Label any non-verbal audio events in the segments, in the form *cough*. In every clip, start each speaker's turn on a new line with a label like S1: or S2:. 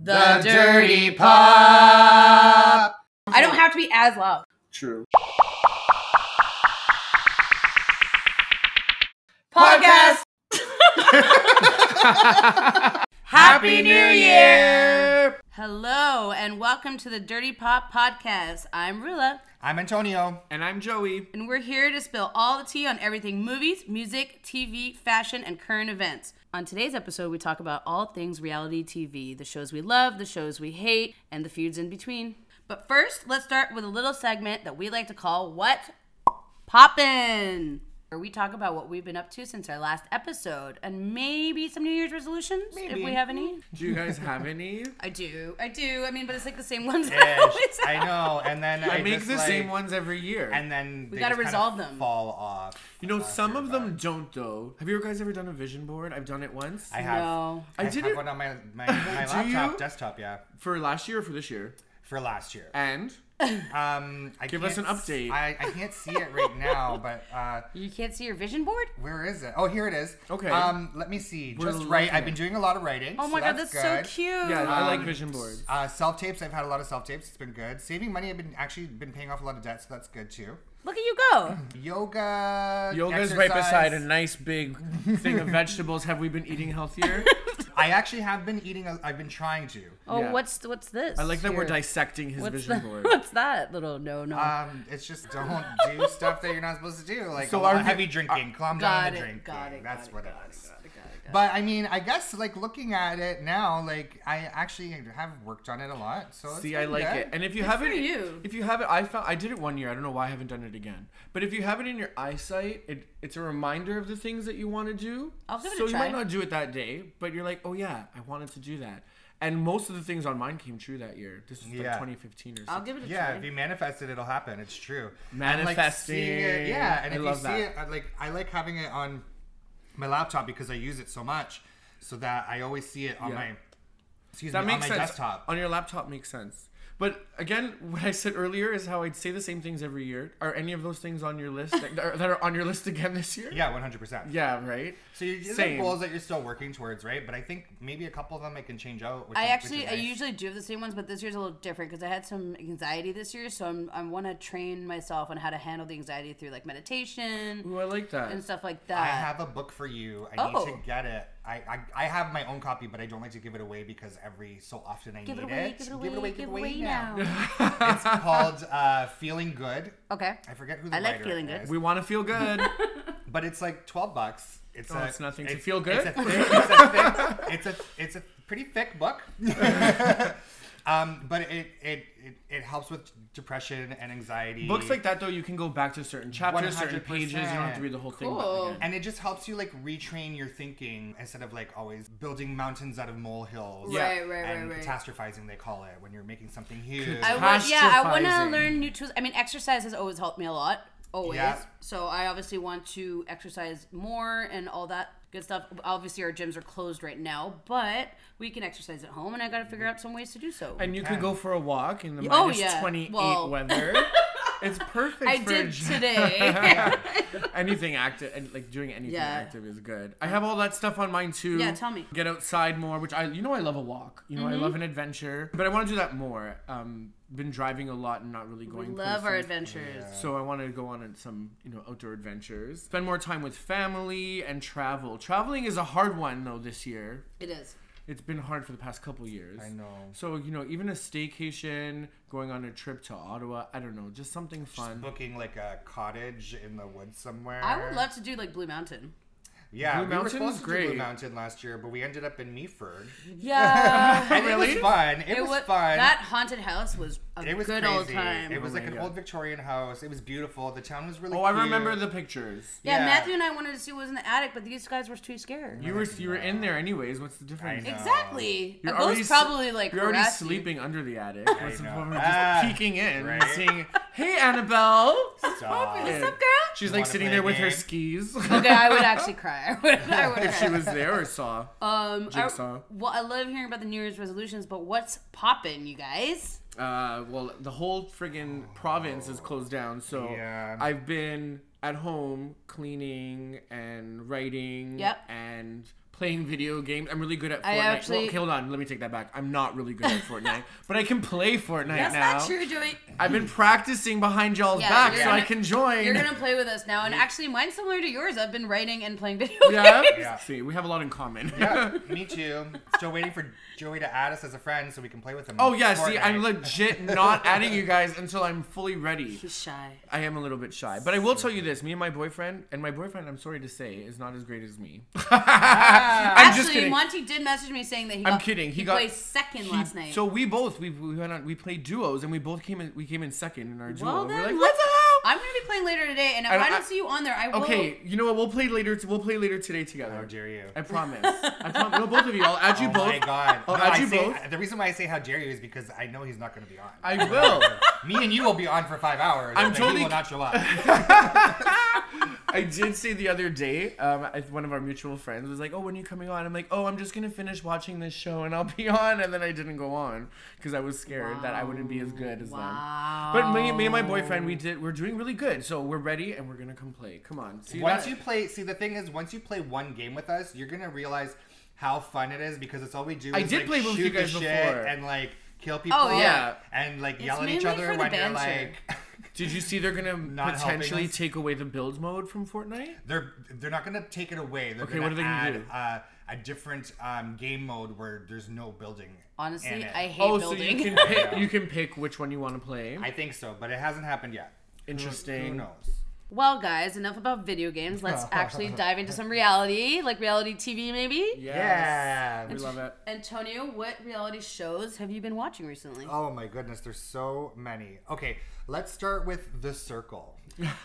S1: The Dirty Pop.
S2: I don't have to be as loud.
S1: True. *laughs*
S2: Podcast. Happy New Year. Hello and welcome to the Dirty Pop Podcast. I'm Rula, *laughs*
S3: I'm Antonio.
S4: And I'm Joey.
S2: and we're here to spill all the tea on everything movies, music, TV, fashion, and current events. On today's episode, we talk about all things reality TV the shows we love, the shows we hate, and the feuds in between. But first, let's start with a little segment that we like to call What Poppin'? Where we talk about what we've been up to since our last episode and maybe some New Year's resolutions if we have any.
S4: Do you guys have any?
S2: I do. I do. I mean, but it's like the same ones. I *laughs* always
S3: Ish. I know. And then *laughs* I,
S4: I make
S3: just,
S4: the
S3: like-
S4: same ones every year.
S3: And then we
S2: gotta resolve them.
S3: Fall off.
S4: you know,
S3: after
S4: some of
S3: that.
S4: them don't though. Have you guys ever done a vision board? I've done it once.
S3: I have.
S2: No.
S3: I,
S4: I
S3: did
S4: did
S3: have
S4: it-
S3: one on my
S4: *laughs*
S3: my, my
S4: Do
S3: laptop
S4: you?
S3: desktop. Yeah,
S4: for last year or for this year.
S3: for last year.
S4: And
S3: Um, I
S4: Uh, Give us
S3: can't
S4: an
S3: s-
S4: update.
S3: I, I can't see it right
S4: *laughs*
S3: now, but uh,
S2: You can't see your vision board?
S3: where is it? Oh, here it is.
S4: Okay.
S3: Um, let me see.
S4: We're
S3: Just right.
S4: looking
S3: I've been
S4: at-
S3: doing a lot of writing.
S2: Oh my
S3: so
S2: god,
S3: that's
S2: that's
S3: good.
S2: so cute.
S4: yeah, I like
S3: Um,
S4: vision boards.
S3: Uh, self tapes. I've had a lot of self tapes. It's been good. Saving money. I've been actually been paying off a lot of debt, so that's good too.
S2: Look at you go.
S3: Yoga.
S4: Yoga's right beside a
S3: exercise.
S4: nice big thing of vegetables. Have we been eating
S3: *laughs*
S4: healthier?
S3: I actually have been eating. A, I've been trying to.
S2: Oh,
S4: Yeah.
S2: what's what's this?
S4: I like that we're
S2: Here.
S4: dissecting his
S2: What's,
S4: vision
S2: the, *laughs*
S3: *laughs*
S4: board.
S2: what's that little no no?
S3: Um, it's just don't do stuff that you're not supposed to do, like
S4: So
S3: a lot
S4: are
S3: of
S4: you-
S3: heavy drinking. Calm down
S2: got,
S3: the
S2: it,
S3: drink.
S2: got it.
S3: That's what
S2: it,
S3: it
S2: got
S3: is.
S2: It, got it, got it, got
S3: But I mean, I guess like looking at it now, like I actually have worked on it a lot. So it's
S4: See, I
S3: been
S4: like
S3: good.
S4: it. And if you
S2: Good
S4: have
S2: for
S4: it,
S2: you.
S4: if you have it, I found I did it one year. I don't know why I haven't done it again. But if you have it in your eyesight, it, it's a reminder of the things that you want to do.
S2: I'll give it a
S4: so you
S2: try.
S4: might not do it that day, but you're like, oh yeah, I wanted to do that. And most of the things on mine came true that year. This is like
S3: Yeah.
S4: 2015 or something.
S2: I'll give it a
S3: Yeah,
S2: try.
S3: if you manifest it, it'll happen. It's true. And,
S4: Manifesting.
S3: like, seeing it, yeah, and
S4: I
S3: if
S4: love
S3: you
S4: that.
S3: see it, I like I like having it on my laptop because I use it so much, so that I always see it on
S4: Yeah.
S3: my excuse
S4: that
S3: me
S4: makes
S3: on my
S4: sense.
S3: desktop.
S4: On your laptop makes sense. But again, what I said earlier is how I'd say the same things every year. Are any of those things on your list that are, that are on your list again this year?
S3: *laughs* Yeah, one hundred percent.
S4: Yeah, right.
S3: So you're these are
S4: Same.
S3: goals that you're still working towards, right? But I think maybe a couple of them I can change out. Which
S2: I
S3: is- which
S2: actually,
S3: is
S2: I
S3: nice.
S2: usually do have the same ones, but this year's a little different because I had some anxiety this year, so I'm, I want to train myself on how to handle the anxiety through like meditation
S4: Ooh, I like that.
S2: and stuff like
S3: I
S2: that.
S3: have a book for you. I need
S2: Oh.
S3: to get it. I, I I have my own copy, but I don't like to give it away because every so often I
S2: give, it
S3: need
S2: away, give it away, give it away, now. *laughs*
S3: it's called uh, Feeling Good.
S2: okay.
S3: I forget who the
S2: I like
S3: writer
S2: Feeling Good.
S3: is,
S4: We want to feel good.
S3: but it's like twelve bucks. It's
S4: Oh,
S3: a,
S4: it's nothing to
S3: it's-
S4: feel good?
S3: It's a, thick, it's, a thick, it's a it's a pretty thick book. *laughs* um, but it, it it it helps with depression and anxiety.
S4: Books like that, though, you can go back to certain chapters, certain pages. You don't have to read the whole thing.
S2: Cool.
S4: again.
S3: And it just helps you like retrain your thinking instead of like always building mountains out of molehills.
S4: Yeah.
S2: Right, right,
S3: And
S2: right, right.
S3: catastrophizing, they call it, when you're making something huge.
S2: I want, yeah, I want
S4: Catastrophizing.
S2: to learn new tools. I mean, exercise has always helped me a lot, always.
S3: Yeah.
S2: So I obviously want to exercise more and all that good stuff. Obviously, our gyms are closed right now, but we can exercise at home, and I got to figure out some ways to do so.
S4: And you could go for a walk in the
S2: Oh,
S4: minus
S2: yeah.
S4: 28
S2: Well- *laughs*
S4: weather. It's perfect.
S2: I
S4: for a
S2: did
S3: *laughs*
S4: gy-
S2: today.
S4: *laughs* anything active and like doing anything
S2: Yeah.
S4: active is good. I have all that stuff on mine too.
S2: Yeah, tell me. Mm-hmm.
S4: Get outside more, which I you know I love a walk. You know I love an adventure, but I want to do that more. Um, been driving a lot and not really
S2: *laughs* we
S4: going.
S2: love our
S4: places.
S2: adventures.
S4: So I want to go on in some, you know, outdoor adventures. Spend more time with family and travel. Traveling is a hard one though this year.
S2: It is.
S4: It's been hard for the past couple years.
S3: I know.
S4: So, you know, even a staycation, going on a trip to Ottawa, I don't know, just something fun.
S3: Booking like a cottage in the woods somewhere.
S2: I would love to do like Blue Mountain.
S3: Yeah,
S4: Blue
S3: we were
S4: Mountain's
S3: supposed to do Blue
S4: great.
S3: Mountain last year, but we ended up in Meaford.
S2: *laughs* Yeah.
S3: *laughs* And It was fun. It, was,
S2: wa-
S3: fun.
S2: That haunted house was a
S3: it was
S2: good
S3: crazy.
S2: old time.
S3: It was
S4: Oh
S3: like
S4: my
S3: an
S4: God.
S3: old Victorian house. It was beautiful. The town was really
S4: Oh, I
S3: cute.
S4: remember the pictures.
S2: yeah,
S3: yeah.
S2: Matthew and I wanted to see what was in the attic, but these guys were too scared.
S4: You were you were in there anyways. What's the difference?
S3: I know.
S2: Exactly.
S4: You're
S2: a ghost
S4: already s-
S2: probably like
S4: You're already
S2: harassed you.
S4: sleeping under the attic. What's the
S3: know.
S4: problem? We're
S3: Ah,
S4: just peeking in, and
S3: right?
S4: seeing, "Hey, Annabelle,
S3: Stop.
S4: What's
S2: What's up, girl?
S4: She's
S3: Wanna
S4: like sitting
S3: play
S4: there
S3: a
S4: with her
S3: game?
S4: skis. *laughs*
S2: Okay, I would actually cry. *laughs* I would, I would
S4: if she
S2: cry.
S4: was there or saw.
S2: um, I,
S4: Jigsaw.
S2: well, I love hearing about the New Year's resolutions, but what's poppin', you guys?
S4: Uh, well, the whole friggin' province is closed down, so
S3: Yeah.
S4: I've been at home cleaning and writing
S2: Yep.
S4: and playing video games. I'm really good at Fortnite.
S2: I
S4: Well,
S2: actually-
S4: okay, hold on, let me take that back. I'm not really good
S2: *laughs*
S4: at Fortnite, but I can play Fortnite
S2: That's
S4: now.
S2: not true, Joey.
S4: I've been practicing behind y'all's
S2: Yeah,
S4: back
S2: you're
S4: so
S2: gonna-
S4: I can join.
S2: You're gonna play with us now, and actually, mine's similar to yours. I've been writing and playing video *laughs*
S4: yeah.
S2: games.
S3: Yeah.
S4: See, we have a lot in common.
S3: Yeah, me too. Still waiting for Joey to add us as a friend so we can play with him.
S4: *laughs* oh yeah, see, I'm
S3: Fortnite. *laughs*
S4: legit not adding you guys until I'm fully ready.
S2: He's shy.
S4: I am a little bit shy, but I will tell you this: me and my boyfriend, and my boyfriend, I'm sorry to say, is not as great as me. *laughs* I'm
S2: actually,
S4: just kidding.
S2: Monty did message me saying that he.
S4: I'm
S2: got-
S4: kidding. He,
S2: he
S4: got
S2: played second
S4: he-
S2: last night.
S4: So we both we, we went on we played duos and we both came in we came in second in our duo.
S2: well,
S4: We're
S2: then,
S4: like,
S2: let-
S4: what the hell?
S2: I'm gonna be playing later today, and if
S4: And
S2: I,
S4: I-
S2: don't see you on there, I will.
S4: Okay, you know what? We'll play later. T- we'll play later today together.
S3: How dare you?
S2: *laughs*
S4: I promise. I promise. No, both of you. I'll add you
S3: oh
S4: both.
S3: my god.
S4: I'll
S3: No,
S4: add
S3: I
S4: you
S3: say-
S4: both.
S3: The reason why I say how dare you is because I know he's not going to be on.
S4: I will.
S3: me and you will be on for five hours.
S4: I'm
S3: and then
S4: totally-
S3: He will not show
S4: *laughs*
S3: up.
S4: I did say the other day, um, I- one of our mutual friends was like, "Oh, when are you coming on?" I'm like, "Oh, I'm just gonna finish watching this show and I'll be *laughs* on." And then I didn't go on because I was scared that I wouldn't be as good as
S2: Wow.
S4: them. But me, me and my boyfriend, we did. We're doing really good, so we're ready and we're gonna come play. Come on. See
S3: once
S4: that-
S3: you play, see the thing is, once you play one game with us, you're gonna realize how fun it is because it's all we do.
S4: I
S3: is,
S4: did
S3: like,
S4: play with
S3: shoot
S4: you
S3: the
S4: guys
S3: shit
S4: before.
S3: and like kill people.
S2: Oh, yeah.
S3: and like yell at
S2: mainly
S3: each other
S2: for the
S3: when you're
S2: banter.
S3: like *laughs*
S4: Did you see they're gonna
S3: Not helping
S4: potentially
S3: us?
S4: take away the build mode from Fortnite?
S3: they're they're not gonna take it away. They're
S4: Okay,
S3: gonna
S4: what are they gonna
S3: add,
S4: do?
S3: Uh, a different um, game mode where there's no building. in
S2: honestly,
S3: it.
S2: I hate
S4: oh,
S2: building.
S4: so
S3: *laughs*
S4: you can pick, you can pick which one you want to play.
S3: I think so, but it hasn't happened yet.
S4: Interesting.
S3: Who knows?
S2: well, guys, enough about video games. Let's actually dive into some reality, like reality TV, maybe.
S4: Yes.
S3: Yeah.
S4: We love it.
S2: Antonio, what reality shows have you been watching recently?
S3: *laughs* Oh my goodness, there's so many. Okay, let's start with The Circle.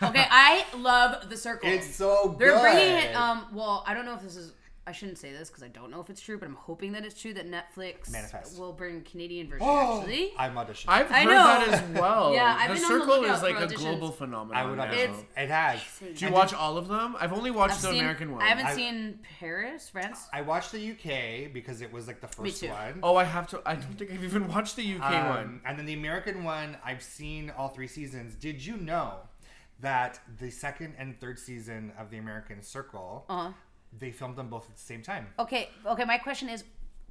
S2: Okay, I love The Circle.
S3: It's so
S2: They're
S3: good.
S2: bringing it. Um. Well, I don't know if this is. I shshouldn't say this because I don't know if it's true, but I'm hoping that it's true that Netflix
S3: Manifest.
S2: will bring Canadian version.
S3: Oh,
S2: actually,
S3: *gasps* I'm auditioning.
S4: I've
S2: I
S4: heard that
S2: know.
S4: as well.
S2: *laughs* Yeah, I've
S4: the
S2: been on the
S4: circle
S2: lookout
S4: is like
S2: for
S4: a
S2: auditions.
S4: glauble phenomenon.
S3: I would
S4: now.
S3: audition. it has.
S4: Do
S2: Amazing.
S4: you watch all of them? I've only watched
S2: I've
S4: the
S2: seen-
S4: American one.
S2: I haven't
S3: I-
S2: seen Paris, France.
S3: I watched the UK because it was like the first
S2: too.
S3: one.
S4: Oh, I have to. I don't think I've even watched the UK
S3: Um,
S4: one.
S3: And then the American one, I've seen all three seasons. Did you know that the second and third season of the American Circle,
S2: Uh-huh.
S3: they filmed them both at the same time?
S2: Okay. Okay. My question is,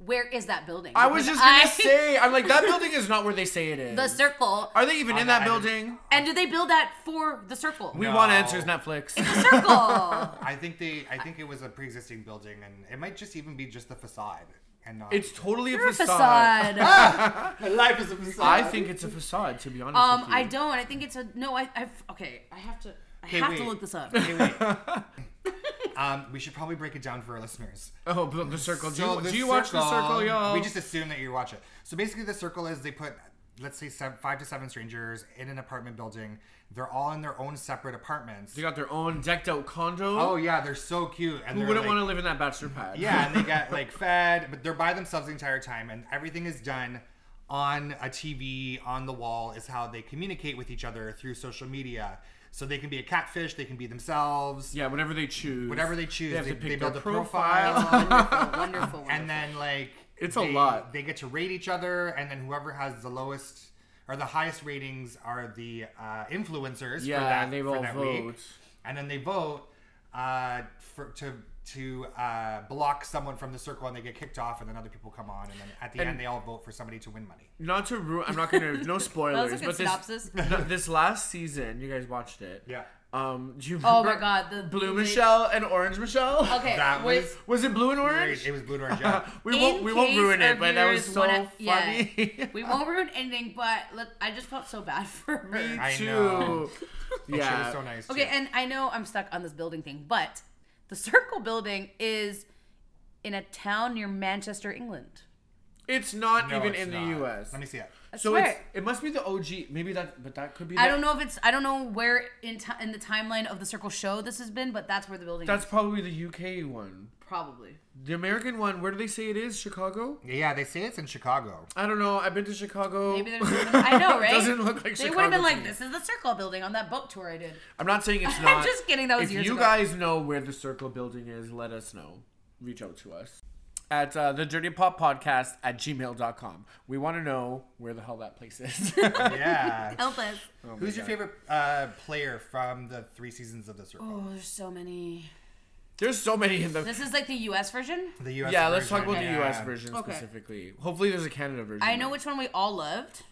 S2: where is that building?
S4: I was
S2: Because
S4: just gonna
S2: I- *laughs*
S4: say. I'm like that building is not where they say it is.
S2: the circle.
S4: Are they even in
S3: I-
S4: that
S3: I didn't-
S4: building?
S2: And do they build that for the circle?
S4: We
S3: No.
S4: want answers,
S2: *laughs*
S4: Netflix.
S2: Circle.
S3: I think they. I think it was a pre-existing building, and it might just even be just the facade and not.
S4: It's totally a
S2: You're a
S4: facade.
S2: facade.
S4: Ah!
S3: my life is a facade.
S4: I think it's a facade, to be honest.
S2: Um,
S4: with you.
S2: I don't. I think it's a no. I, I've okay. I have to. I
S3: Okay,
S2: have to
S3: wait.
S2: look this up.
S3: Okay, wait. um, we should probably break it down for our listeners.
S4: Oh, but the circle. Do you,
S3: So
S4: do
S3: The
S4: you watch the circle, y'all?
S3: We just assume that you watch it. So basically, the circle is they put, let's say, seven, five to seven strangers in an apartment building. They're all in their own separate apartments.
S4: they got their own decked out condo.
S3: oh yeah, they're so cute. And
S4: Who
S3: they're,
S4: wouldn't
S3: like-
S4: want to live in that bachelor
S3: *laughs*
S4: pad?
S3: Yeah, and they get like fed, but they're by themselves the entire time, and everything is done on a TV on the wall. Is how they communicate with each other through social media. So they can be a catfish. They can be themselves.
S4: Yeah, whatever they choose.
S3: Whatever they choose,
S4: They have
S3: they,
S4: to pick
S3: they build
S4: their
S3: a profile.
S4: *laughs*
S3: *laughs*
S4: profile. Um,
S2: wonderful, wonderful, wonderful.
S3: and then like
S4: It's a
S3: they-
S4: lot.
S3: They get to rate each other, and then whoever has the lowest or the highest ratings are the uh, influencers.
S4: Yeah,
S3: for that,
S4: they
S3: for
S4: all
S3: that Week.
S4: vote.
S3: And then they vote uh, for, to to uh, block someone from the circle, and they get kicked off, and then other people come on, and then at the end they all vote for somebody to win money.
S4: Not to ruin. I'm not
S2: *laughs*
S4: gonna. No spoilers.
S2: good
S4: but *laughs* this,
S2: synopsis.
S4: no, this last season, you guys watched it.
S3: Yeah.
S4: Um. Do you remember
S2: oh my god, the
S4: Blue
S2: the-
S4: Michelle and Orange Michelle.
S2: Okay,
S3: That
S2: wait,
S3: was
S4: *laughs* Was it blue and orange?
S3: great. It was blue and orange.
S4: *laughs*
S3: Yeah.
S4: we won't.
S2: in
S4: We won't
S2: case
S4: ruin
S2: our
S4: it, but that was
S2: viewers
S4: so
S2: wanna- yeah.
S4: funny. *laughs*
S2: we won't ruin anything. But look, I just felt so bad *laughs* for her.
S3: *laughs* I
S4: Too. *laughs*
S3: know. She
S4: Yeah.
S3: was so nice.
S2: Okay,
S3: too.
S2: and I know I'm stuck on this building thing, but the circle building is in a town near Manchester, England.
S4: It's not
S3: No,
S4: even
S3: it's
S4: in
S3: not.
S4: the U.S.
S3: Let me see it.
S4: So
S2: swear.
S4: it's, it must be the OG. Maybe that, but that could be. The,
S2: I don't know if it's I don't know where in ti in the timeline of the circle show this has been, but that's where the building
S4: That's
S2: is
S4: probably the UK one.
S2: probably.
S4: The American one. Where do they say it is? Chicago.
S3: Yeah, they say it's in
S4: *laughs*
S3: Chicago.
S4: I don't know. I've been to Chicago.
S2: Maybe
S4: *laughs*
S2: there's I
S3: *laughs*
S2: know, right?
S4: Doesn't look like
S2: They
S4: Chicago
S2: would have been
S4: to
S2: like,
S4: me.
S2: this is the circle building on that boat tour I did.
S4: I'm not saying
S2: *laughs*
S4: it's
S2: I'm
S4: not.
S2: just kidding, that was
S4: if
S2: years
S4: you
S2: ago.
S4: guys know where the Circle Building is, let us know. Reach out to us at uh, the Dirty Pop Podcast at gmail.com. We want to know where the hell that place is. *laughs*
S3: Yeah.
S2: Help us.
S4: Oh
S3: Who's your favorite uh, player from the three seasons of The Circle?
S2: Oh, there's so many.
S4: There's so many in the.
S2: This is like the U.S. version.
S3: The U.S.
S4: *laughs* yeah, let's talk
S3: version,
S4: about the
S3: yeah.
S4: U.S. version
S2: Okay.
S4: specifically. Hopefully, there's a Canada version.
S2: I know which one we all loved.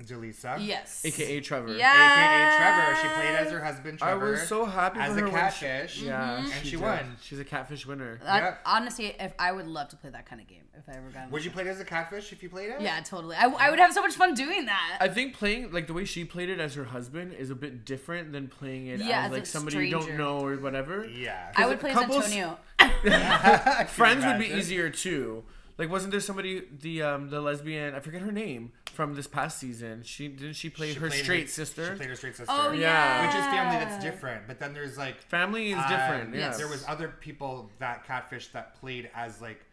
S3: Jaleesa.
S2: Yes.
S4: AKA Trevor.
S3: AKA Trevor. She played as her husband
S4: I
S3: Trevor.
S4: was so happy
S3: as
S4: for
S3: a
S4: her when she-
S3: catfish.
S4: Yeah,
S2: Mm-hmm.
S3: And she
S4: did.
S3: won.
S4: She's a catfish winner.
S2: I-
S3: Yep.
S2: honestly, if I would love to play that kind of game, if I ever got.
S3: Would you play it as a catfish if you played it?
S2: Yeah, totally. I, I would have so much fun doing that.
S4: I think playing like the way she played it as her husband is a bit different than playing it
S2: Yeah,
S4: as
S2: as a
S4: like somebody you don't
S2: stranger.
S4: know or whatever.
S3: Yeah.
S2: I would play as
S4: couples-
S2: Antonio.
S4: Friends would be
S3: Imagine.
S4: easier too. Like wasn't there somebody the um the lesbian I forget her name from this past season? She didn't she play
S3: She
S4: her
S3: played
S4: straight
S3: She
S4: sister?
S3: played her straight sister.
S2: Oh yeah.
S4: Yeah.
S3: Which is family that's different. But then there's like
S4: Family is
S3: um,
S4: different.
S2: yes.
S4: yeah.
S3: There was other people that catfish that played as like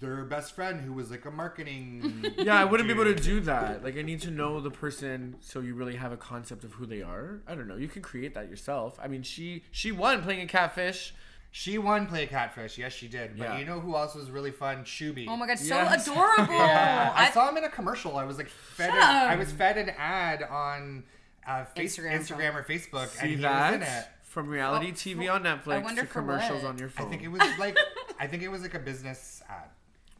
S3: their best friend who was like a marketing.
S4: *laughs* yeah, I wouldn't be able to
S3: dude.
S4: do that. Like, I need to know the person so you really have a concept of who they are. I don't know. You can create that yourself. I mean, she she won playing a catfish.
S3: She won play catfish. Yes, she did. But
S4: Yeah.
S3: you know who else was really fun? Shuby.
S2: Oh my god, so
S4: Yes.
S2: adorable.
S3: *laughs* Yeah, I,
S2: I-
S3: saw him in a commercial. I was like, fed
S2: Shut
S3: an,
S2: up.
S3: I was fed an ad on uh, face,
S2: Instagram.
S3: Instagram, or Facebook, and he
S4: See
S3: was in it.
S4: that from reality
S2: Well,
S4: TV
S2: well,
S4: on Netflix
S2: wonder
S4: to
S2: for
S4: commercials
S2: what.
S4: on your
S3: I
S4: phone.
S3: think it was like, I think it was like a business ad.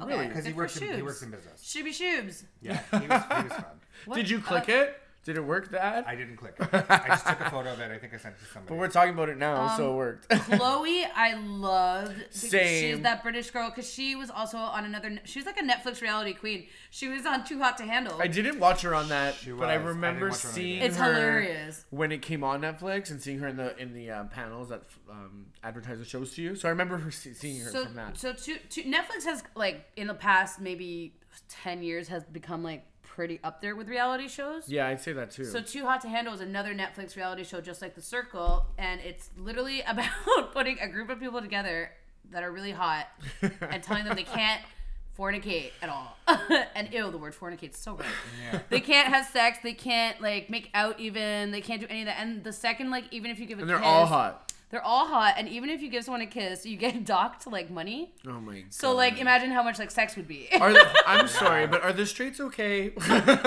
S2: Okay,
S4: Really?
S3: Because he
S2: Oh. good for
S3: works, in, he
S2: Shoobs.
S3: works in business.
S2: Shooby shoobs.
S3: Yeah, he was, he was fun.
S2: What Uh,
S4: Did you click it? Did it work? That.
S3: I didn't click. it. I just took a photo of it. I think I sent it to somebody.
S4: but we're talking about it now,
S2: Um,
S4: so it worked. *laughs*
S2: Chloe, I loved. because She's
S4: Same.
S2: that British girl because she was also on another. She was like a Netflix reality queen. She was on Too Hot to Handle.
S4: I didn't watch her on that,
S3: She
S4: but I
S3: was. I
S4: remember
S3: didn't watch her on
S4: seeing
S3: either.
S2: it's
S4: her
S2: hilarious.
S4: when it came on Netflix and seeing her in the in the um, panels that um, advertise the shows to you. So I remember her se- seeing her
S2: So,
S4: from that.
S2: so to, to Netflix has like in the past maybe ten years has become like pretty up there with reality shows.
S4: yeah, I'd say that too.
S2: So Too Hot to Handle is another Netflix reality show just like The Circle, and it's literally *laughs* about putting a group of people together that are really hot and telling them they can't
S4: *laughs*
S2: fornicate at all. *laughs* and ew, the word fornicate's so gross. They can't have sex, they can't like make out even, they can't do any of that. And the second like even if you give a
S4: and they're
S2: kiss,
S4: all hot.
S2: They're all hot, and even if you give someone a kiss, you get *laughs* docked like money.
S4: Oh my god.
S2: So like imagine how much like sex would be. *laughs*
S4: Are the, I'm sorry, but are the streets okay? *laughs* like,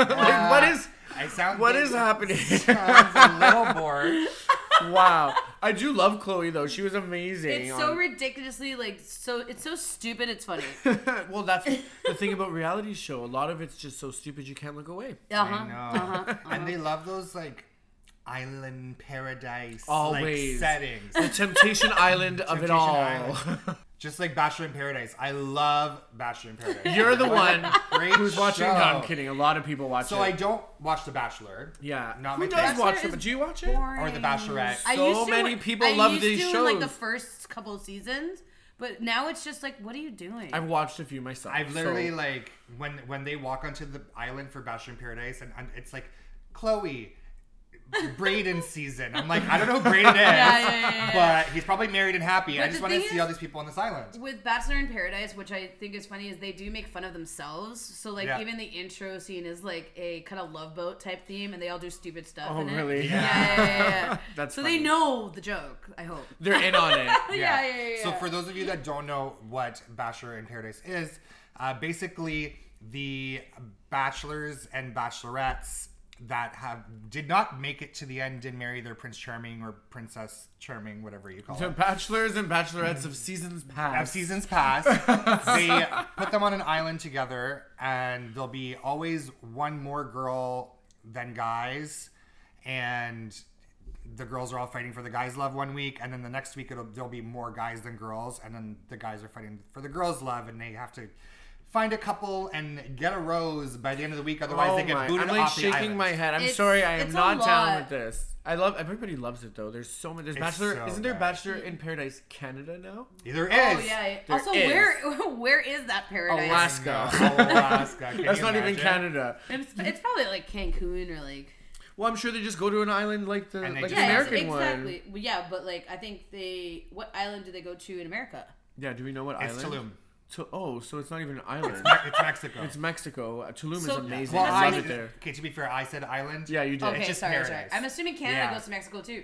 S4: what is
S3: I sound.
S4: what
S3: *laughs*
S4: is happening?
S2: *laughs*
S3: I'm a little
S2: Uh-huh,
S3: bored.
S4: wow, I do love Chloe though. She was amazing.
S2: it's so
S4: on-
S2: ridiculously like so it's so stupid it's
S4: *laughs*
S2: funny.
S4: well, that's the thing about reality show. A lot of it's just so stupid you can't look away.
S2: Uh-huh.
S3: I know. And they love those like island paradise like
S4: Always.
S3: settings.
S4: The Temptation Island of it
S3: Temptation
S4: all.
S3: Island. Just like Bachelor in Paradise. I love Bachelor in Paradise.
S4: *laughs* You're the one
S3: Great
S4: *laughs* who's watching.
S3: show.
S4: No, I'm kidding. A lot of people watch
S3: So
S4: it.
S3: I don't watch The Bachelor.
S4: yeah,
S3: Not
S4: who
S3: my
S4: does
S3: thing.
S4: watch
S2: Bachelor
S4: it?
S2: is
S4: Do you watch it?
S3: Or The Bachelorette.
S2: I
S4: So
S2: used to,
S4: many people
S2: I
S4: love
S2: used
S4: these
S2: to in, like the
S4: shows.
S2: first couple of seasons, but now it's just like, what are you doing?
S4: I've watched a few myself.
S3: I've
S4: so-
S3: literally like when when they walk onto the island for Bachelor in Paradise, and, and it's like Chloe,
S4: *laughs*
S3: Braden season. I'm like, I don't know who Braden is,
S2: Yeah, yeah, yeah, yeah,
S3: but he's probably married and happy. I
S2: But
S3: just
S2: the
S3: want to
S2: thing
S3: see
S2: is-
S3: all these people on this island.
S2: with Bachelor in Paradise, which I think is funny, is they do make fun of themselves. So like
S3: Yeah.
S2: even the intro scene is like a kind of love boat type theme, and they all do stupid stuff.
S4: Oh,
S2: in it.
S4: really?
S2: Yeah, yeah, yeah. yeah, yeah.
S4: That's
S2: so
S4: funny.
S2: they know the joke. I hope.
S4: They're in on it.
S2: *laughs* Yeah, yeah, yeah.
S3: So
S2: yeah.
S3: for those of you that don't know what Bachelor in Paradise is, uh, basically the bachelors and bachelorettes that have did not make it to the end and marry their prince charming or princess charming, whatever you call
S4: The
S3: it.
S4: bachelors and bachelorettes of seasons past.
S3: Of seasons
S4: *laughs*
S3: past, they put them on an island together, and there'll be always one more girl than guys, and the girls are all fighting for the guys' love one week, and then the next week it'll there'll be more guys than girls, and then the guys are fighting for the girls' love, and they have to find a couple and get a rose by the end of the week, otherwise
S4: Oh
S3: they get
S4: my-
S3: booted
S4: I'm like
S3: off the
S4: shaking
S3: island.
S4: my head. I'm
S2: It's-
S4: sorry, I am
S2: it's a
S4: not
S2: lot.
S4: down with this. I love everybody loves it though. There's so many. There's
S3: It's
S4: Bachelor.
S3: so
S4: isn't there
S3: good.
S4: Bachelor in Paradise Canada now?
S3: There
S2: Oh
S3: is.
S2: yeah. yeah.
S4: There
S2: Also,
S4: is.
S2: where *laughs* where is that paradise?
S4: Alaska.
S3: No,
S4: *laughs*
S3: Alaska. Can
S4: That's
S3: you
S4: not even
S3: imagine?
S4: Canada.
S2: It's, it's probably like Cancun or like
S4: Well, I'm sure they just go to an island like the
S3: And they
S4: like the
S3: just-
S2: Yeah,
S3: Yes,
S4: American one.
S2: exactly. Well, yeah, but like I think they what island do they go to in America?
S4: Yeah. Do we know what
S3: It's Tulum.
S4: island? To- oh, so it's not even an island.
S3: It's Mexico.
S4: it's Mexico. Uh, Tulum is
S2: So-
S4: amazing.
S3: Well,
S2: That's
S3: I,
S4: I love it
S2: funny.
S4: there.
S3: okay, to be fair, I said island.
S4: Yeah, you did.
S2: Okay,
S3: just
S2: sorry,
S3: paradise.
S2: sorry. I'm assuming Canada
S3: Yeah.
S2: goes to Mexico too.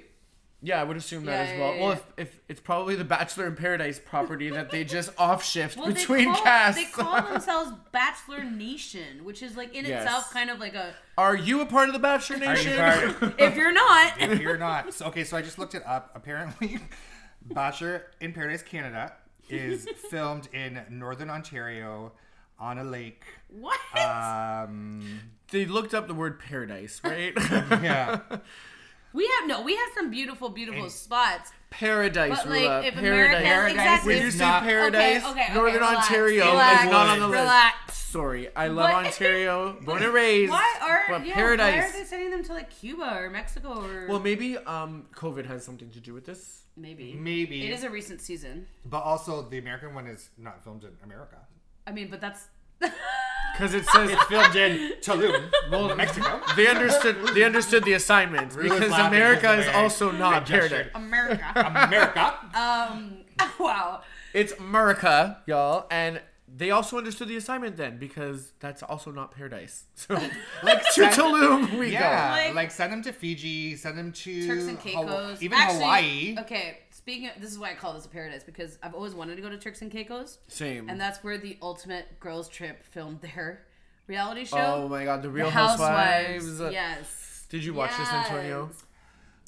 S4: Yeah, I would assume that
S2: Yeah,
S4: as
S2: yeah,
S4: well.
S2: yeah,
S4: Well,
S2: yeah.
S4: if, if it's probably the Bachelor in Paradise property
S2: *laughs*
S4: that they just off shift
S2: Well,
S4: between
S2: they call,
S4: casts.
S2: They call
S4: *laughs*
S2: themselves Bachelor Nation, which is like in
S4: Yes.
S2: itself kind of like a
S4: Are you a part of the Bachelor
S3: Are you
S4: Nation?
S3: part- *laughs*
S2: if you're not.
S3: if you're not. So, okay, so I just looked it up. Apparently, *laughs* Bachelor in Paradise Canada is filmed in Northern Ontario on a lake.
S2: What?
S4: Uh,
S3: Um,
S4: *laughs* They looked up the word paradise, right? *laughs*
S3: yeah.
S2: we have no. We have some beautiful, beautiful spots.
S4: paradise,
S2: But, like,
S4: Rula.
S2: if America-
S4: uh, paradise.
S2: Paradise exactly.
S4: When you
S3: is
S4: say
S3: not-
S4: paradise,
S2: Okay, okay, okay,
S4: Northern
S2: relax,
S4: Ontario
S2: relax,
S4: is not on the list.
S2: relax.
S4: Sorry, I love
S2: What?
S4: Ontario. Born and raised.
S2: Why are
S4: but
S2: yeah,
S4: paradise?
S2: Why are they sending them to like Cuba or Mexico or
S4: Well, maybe um, COVID has something to do with this.
S2: maybe
S3: Maybe.
S2: it is a recent season.
S3: but also, the American one is not filmed in America.
S2: I mean, but
S4: *laughs*
S2: that's *laughs*
S4: Because it says
S3: It's filmed in Tulum, Mexico.
S4: they understood. They understood the assignment
S3: Rula's
S4: because
S3: laughing
S4: America
S3: because
S4: is
S3: of Mary.
S4: also not
S3: Gesture.
S4: paradise. *laughs*
S2: America.
S3: America.
S2: um. *laughs* Wow.
S4: It's America, y'all, and they also understood the assignment then because that's also not paradise. *laughs* So, like to
S3: that-
S4: Tulum, we
S3: Yeah,
S2: Like-
S3: like, send them to Fiji, send them to
S2: Turks and Caicos.
S3: Hawa- even
S2: Actually,
S3: Hawaii.
S2: Okay. Speaking of, this is why I call this a paradise because I've always wanted to go to Turks and Caicos.
S4: Same.
S3: Mm.
S2: And that's where the ultimate girls trip filmed their reality show.
S4: go. Oh my God, the Real
S2: Housewives.
S4: Housewives.
S2: Yes.
S4: Did you watch this, Antonio?
S2: Yes.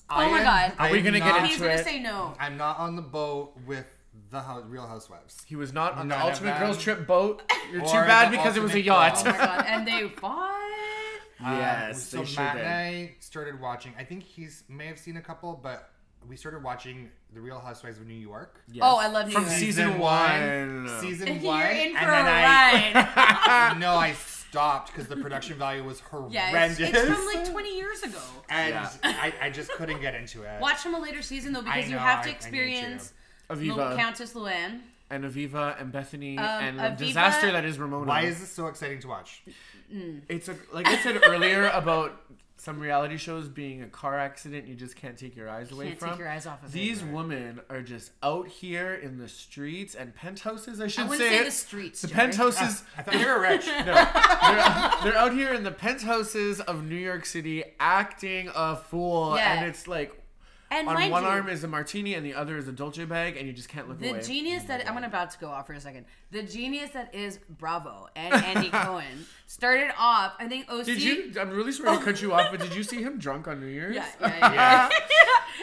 S2: Oh my God.
S4: Are we
S3: I'm
S4: gonna get
S3: not-
S2: He's
S4: into
S2: gonna
S4: it.
S2: say
S3: *laughs*
S2: no.
S3: I'm not on the boat with the hou- Real Housewives.
S4: He was not on
S3: None
S4: the
S3: of
S4: Ultimate
S3: them.
S4: Girls Trip *laughs* boat. You're too
S3: Or the
S4: bad because it was a
S3: ultimate
S4: yacht.
S2: Oh my god. And they fought.
S3: Um,
S4: yes,
S3: so
S4: they sure
S3: Matt
S4: did.
S3: and I started watching. I think he's may have seen a couple, but we started watching The Real Housewives of New York.
S2: Oh, I love New
S4: From
S2: York.
S4: season one.
S3: Season
S2: *laughs*
S3: one.
S2: You're in for
S3: and
S2: a
S3: then I
S2: ride.
S3: *laughs*
S4: *laughs*
S3: no, I stopped because the production value was
S2: yeah, it's,
S3: horrendous.
S2: it's from like 20 years ago.
S3: and
S4: Yeah.
S3: I, I just couldn't get into it.
S2: Watch from a later season though because you
S3: know,
S2: have to
S3: I- I need to.
S2: experience Lu-
S4: Aviva
S2: Countess Luann.
S4: and Aviva and Bethany
S2: Um,
S4: and
S2: Aviva-
S4: the disaster that is Ramona.
S3: Why is this so exciting to watch?
S4: It's a, like I said
S2: *laughs*
S4: earlier about some reality shows being a car accident you just can't take your eyes away
S2: Can't
S4: from.
S2: take your eyes off of it.
S4: These women are just out here in the streets and penthouses. I should
S2: I wouldn't
S4: say,
S2: say,
S4: it.
S2: the streets.
S4: The
S2: Jared. *laughs*
S4: penthouses.
S3: I
S4: *laughs*
S3: thought you were rich.
S4: No, they're, they're out here in the penthouses of New York City acting a fool,
S2: Yeah.
S4: and it's like
S2: And
S4: on
S2: mind
S4: one
S2: you,
S4: arm is a martini and the other is a dolce bag, and you just can't look
S2: the
S4: away.
S2: genius that I'm about to go off for a second. The genius that is Bravo and
S4: *laughs*
S2: Andy Cohen started off. I think OC.
S4: did you? I'm really sorry to cut you off, but did you see him drunk on New Year's?
S2: Oh. Yeah, yeah, yeah. *laughs*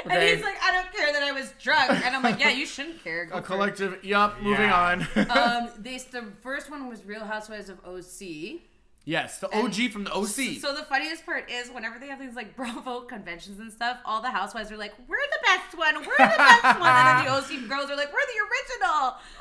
S2: And
S4: Okay.
S2: he's like, I don't care that I was drunk, and I'm like, Yeah, you shouldn't care. Go for
S4: A
S2: it."
S4: collective. Yup. Moving
S3: Yeah.
S4: *laughs* on.
S2: *laughs* Um, this the first one was Real Housewives of OC.
S4: yes, the
S2: and-
S4: OG from the OC.
S2: So the funniest part is whenever they have these like *laughs* Bravo conventions and stuff, all the housewives are like, "We're the best one, we're the best one," and then
S4: *laughs*
S2: the OC girls are like, "We're the original."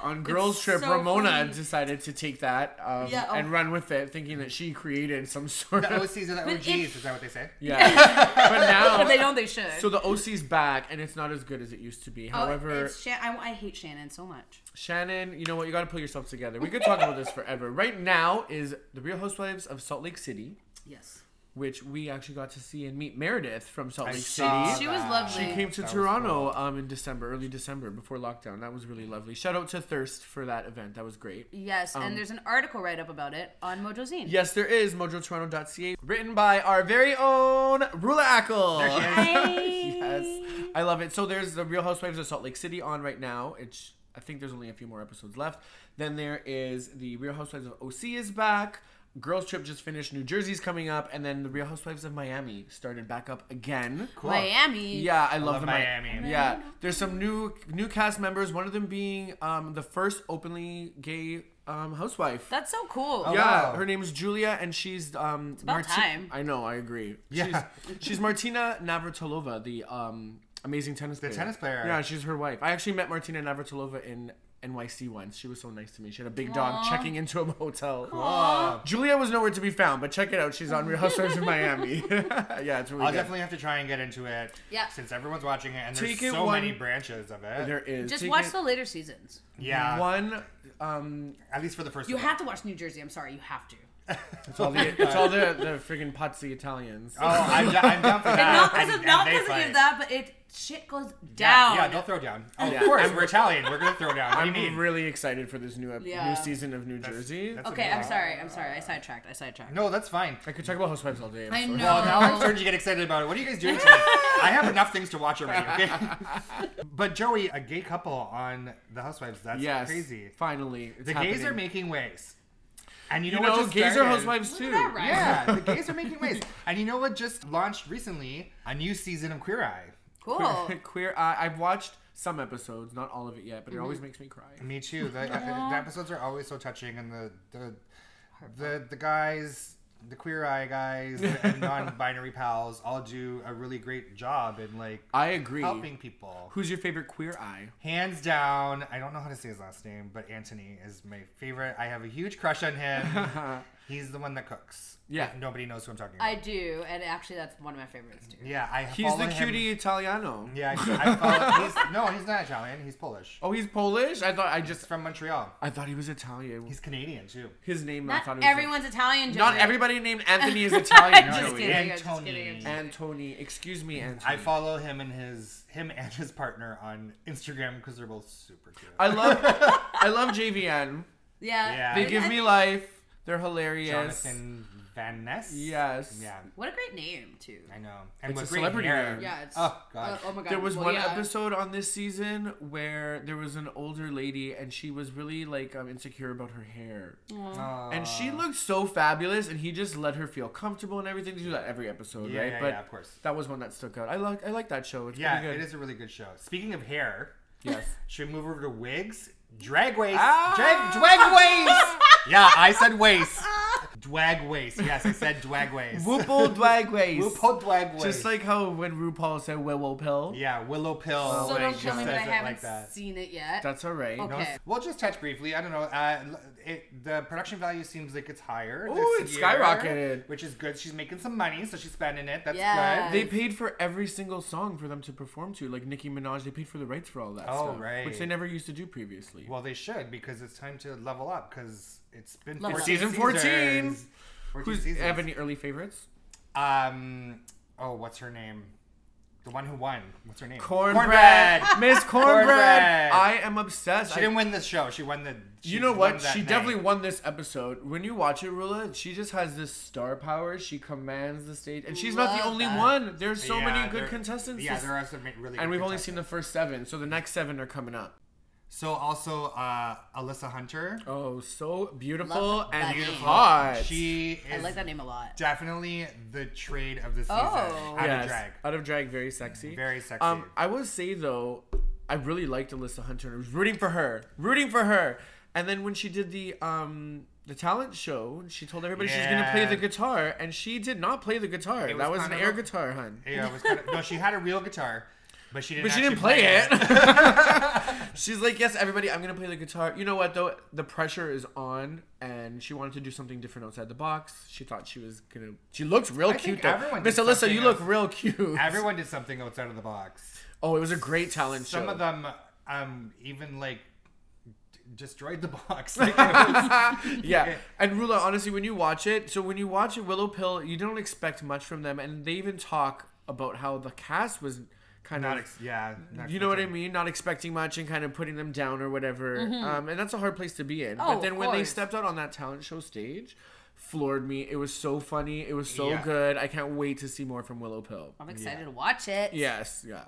S4: on Girls
S2: It's
S4: Trip,
S2: so
S4: Ramona
S2: funny.
S4: decided to take that um,
S2: Yeah, oh.
S4: and run with it, thinking that she created some sort
S3: The
S4: of.
S3: OCs are the
S2: But
S3: OGs.
S2: if-
S3: is that what they say?
S4: Yeah.
S2: *laughs*
S4: but now.
S2: If they don't, they should.
S4: So the OC's back, and it's not as good as it used to be.
S2: Oh,
S4: However,
S2: it's Shan- I, I hate Shannon so much.
S4: Shannon, you know what? You got to pull yourself together. We could talk about this forever. Right now is the Real Housewives of Salt Lake City,
S2: Yes,
S4: which we actually got to see and meet Meredith from Salt
S3: I
S4: Lake
S3: saw
S4: City.
S2: She was
S3: that.
S2: lovely.
S4: She came to
S3: That was
S4: Toronto um, in December, early December, before lockdown. That was really lovely. Shout out to Thirst for that event. That was great.
S2: yes,
S4: Um,
S2: and there's an article write up about it on Mojozine.
S4: Yes, there is mojotoronto.ca, written by our very own Rula Ackle. *laughs* *laughs* yes, I love it. So there's the Real Housewives of Salt Lake City on right now. It's I think there's only a few more episodes left. Then there is the Real Housewives of OC is back. Girls Trip just finished. New Jersey's coming up, and then the Real Housewives of Miami started back up again.
S3: Cool.
S2: Miami.
S4: Yeah, I love,
S3: love
S4: the Mi-
S3: Miami.
S4: Yeah, there's some new new cast members. One of them being um, the first openly gay um, housewife.
S2: that's so cool.
S3: Oh,
S4: Yeah,
S3: wow.
S4: her name's Julia, and she's um.
S2: about time.
S4: I know, I agree.
S3: Yeah.
S4: she's, she's Martina Navratilova, the um amazing tennis player.
S3: tennis player.
S4: Yeah, she's her wife. I actually met Martina Navratilova in NYC once. She was so nice to me. She had a big dog checking into a hotel.
S3: Oh,
S4: Julia was nowhere to be found, but check it out. She's on Real Housewives of Miami. *laughs* yeah, it's really
S3: I'll
S4: good.
S3: definitely have to try and get into it.
S2: Yeah.
S3: Since everyone's watching it, and there's
S4: Take it
S3: so
S4: one-
S3: many branches of it.
S4: There is.
S2: Just
S4: Take
S2: watch
S4: it-
S2: the later seasons.
S3: yeah.
S4: One, um,
S3: At least for the first.
S2: You
S3: one.
S2: have to watch New Jersey. I'm sorry, you have
S4: *laughs*
S2: to.
S4: it's all the, it's all the, the friggin' Pazzi Italians.
S3: Oh, I'm, d- I'm down for that.
S2: And not because
S3: And-
S2: of
S3: and
S2: not
S3: they
S2: because
S3: fight.
S2: of that, but it shit goes
S3: Yeah,
S2: down.
S3: Yeah, they'll throw down. Oh,
S4: Yeah.
S3: Of course, we're Italian. We're gonna throw down. What do you mean?
S4: I'm really excited for this new ep-
S2: Yeah.
S4: new season of New Jersey.
S3: that's-
S2: okay, I'm
S3: Yeah.
S2: sorry. I'm sorry. I sidetracked. I sidetracked.
S3: no, that's fine.
S4: I could talk about housewives all day. I'm
S2: I
S4: sorry.
S2: know.
S3: Oh, now I'm starting to get excited about it. What are you guys doing today? I have enough things to watch already. Okay.
S4: *laughs*
S3: but Joey, a gay couple on The Housewives. That's
S4: Yes.
S3: crazy.
S4: Finally, it's
S3: The gays are
S4: happening.
S3: making ways. And you
S4: You
S3: know,
S4: know,
S3: what just
S4: gays are
S3: started?
S4: housewives
S2: Look
S4: too.
S2: at that, right?
S3: *laughs*
S4: *laughs*
S3: Yeah, the gays are making ways. And you know what just launched recently? A new season of Queer Eye.
S2: *laughs* Cool.
S4: *laughs* Queer, Queer Eye. I've watched some episodes, not all of it yet, but
S2: Mm-hmm.
S4: it always makes me cry.
S3: Me too. The, the episodes are always so touching, and the the the, the guys, the queer eye guys,
S4: *laughs*
S3: and non-binary pals all do a really great job in like
S4: I agree.
S3: helping people.
S4: Who's your favorite queer eye?
S3: Hands down, I don't know how to say his last name, but Anthony is my favorite. I have a huge crush on
S4: *laughs*
S3: him. He's the one that cooks.
S4: Yeah.
S3: If nobody knows who I'm talking about.
S2: I do, and actually, that's one of my favorites too.
S3: yeah, I
S4: He's
S3: follow
S4: the
S3: him-
S4: cutie Italiano.
S3: Yeah, I, I follow, he's, no, he's not Italian. He's Polish.
S4: Oh, he's Polish. I thought I
S3: He's
S4: just
S3: from Montreal.
S4: I thought he was Italian.
S3: He's Canadian too.
S4: His name I thought
S2: Not
S4: it was
S2: everyone's Italian.
S4: Not
S2: Joseph.
S4: everybody named Anthony is Italian.
S2: just
S4: Joey.
S2: kidding. *laughs* I'm just
S3: Antony.
S2: kidding, I'm just kidding.
S4: Antony, excuse me, Antony.
S3: I follow him and his him and his partner on Instagram because they're both super cute.
S2: *laughs*
S4: I love I love JVN.
S2: Yeah.
S3: Yeah.
S4: They give me life. They're hilarious.
S3: Jonathan Van Ness.
S4: Yes.
S3: Yeah,
S2: What a great name too.
S3: I know. And
S4: It's
S3: with
S4: a
S3: great
S4: celebrity
S3: hair.
S4: name.
S2: Yeah. It's,
S3: Oh, God.
S2: uh, oh my god.
S4: There was
S2: well,
S4: one
S2: yeah.
S4: episode on this season where there was an older lady and she was really like um, insecure about her hair.
S3: Aw.
S4: And she looked so fabulous, and he just let her feel comfortable and everything. They do that every episode,
S3: Oh, Yeah,
S4: right?
S3: yeah,
S4: but
S3: yeah, of course.
S4: that was one that stuck out. I like, I like that show. It's
S3: Yeah,
S4: pretty
S3: it
S4: good.
S3: is a really good show. Speaking of hair,
S4: Yes.
S3: *laughs* should we move over to wigs? Drag waist.
S4: Ah.
S3: Drag, drag waist.
S4: *laughs*
S3: yeah, I said waist. Dwag waist. Yes, I said dwag
S4: *laughs*
S3: waist. *laughs*
S4: Whoople Dwagways.
S3: Whoopo dwag waist.
S4: Just like how when RuPaul said Willow Pill.
S3: yeah, willow pill.
S2: So
S4: my
S2: don't
S4: God.
S2: kill me,
S3: Says
S2: but I
S3: it
S2: haven't
S3: like that.
S2: seen it yet.
S4: That's all right.
S2: Okay.
S3: No, s- We'll just touch briefly. I don't know. Uh, l- it, the production value seems like it's higher.
S4: Ooh,
S3: this
S4: it's
S3: year,
S4: skyrocketed.
S3: which is good. She's making some money, so she's spending it. That's
S2: Yeah.
S3: good.
S4: They paid for every single song for them to perform to, like Nicki Minaj. They paid for the rights for all that
S3: Oh,
S4: stuff,
S3: right.
S4: which they never used to do previously.
S3: Well, they should because it's time to level up because it's been
S2: Level
S3: 14
S2: up.
S4: Season 14.
S3: seasons. 14
S4: Who's
S3: seasons.
S4: have any
S3: *laughs*
S4: early favorites?
S3: Um. Oh, what's her name? The one who won. What's her name?
S4: *laughs* Cornbread, Miss Cornbread.
S3: Cornbread.
S4: I am obsessed.
S3: She
S4: I-
S3: didn't win this show. She won the. she
S4: you know
S3: won
S4: what?
S3: that
S4: She
S3: night.
S4: definitely won this episode. When you watch it, Rula, she just has this star power. She commands the stage, and she's not the
S2: Love
S4: only
S2: that.
S4: one. There's so
S3: Yeah,
S4: many good
S3: there-
S4: contestants.
S3: Yeah,
S4: this-
S3: there are some really. good
S4: and we've only
S3: contestants.
S4: seen the first seven, so the next seven are coming up.
S3: So also, uh, Alyssa Hunter.
S4: Oh, so beautiful
S2: Love
S4: and
S2: that name.
S4: hot.
S3: She is
S2: I like that name a lot.
S3: definitely the trade of the season
S2: Oh.
S3: out
S4: Yes,
S3: of drag.
S4: Out of drag, very sexy.
S3: Very sexy.
S4: Um, I will say though, I really liked Alyssa Hunter. and I was rooting for her, rooting for her. And then when she did the um the talent show, she told everybody she's gonna play
S3: Yeah.
S4: the guitar, and she did not play the guitar.
S3: It
S4: that
S3: was
S4: was an
S3: kind of
S4: air
S3: a-
S4: guitar, hun.
S3: yeah, it was kind of, no, she had a real guitar, but she didn't.
S4: But she didn't
S3: actually
S4: play *laughs* it. she's like, yes, everybody, I'm gonna play the guitar. You know what though? The pressure is on, and she wanted to do something different outside the box. She thought she was gonna. She looked real
S3: I
S4: cute
S3: think
S4: though.
S3: everyone
S4: Miss
S3: did
S4: Alyssa,
S3: something
S4: you look
S3: else.
S4: real cute.
S3: Everyone did something outside of the box.
S4: *laughs* Oh, it was a great talent show.
S3: Some of them, um, even like d- destroyed the box. *laughs* Like, it was-
S4: *laughs* yeah.
S3: Yeah.
S4: And Rula, honestly, when you watch it, so when you watch it, Willow Pill, you don't expect much from them, and they even talk about how the cast was kind
S3: not
S4: of.
S3: ex- yeah. not
S4: you know what I
S3: expecting.
S4: mean? Not expecting much and kind of putting them down or whatever. Um, and that's a hard place to be in.
S2: Mm-hmm. Oh,
S4: but then
S2: of
S4: when they
S2: course.
S4: stepped out on that talent show stage, floored me. It was so funny. It was so
S3: Yeah. Um,
S4: good. I can't wait to see more from Willow Pill.
S2: I'm excited to watch it.
S4: Yes, yeah.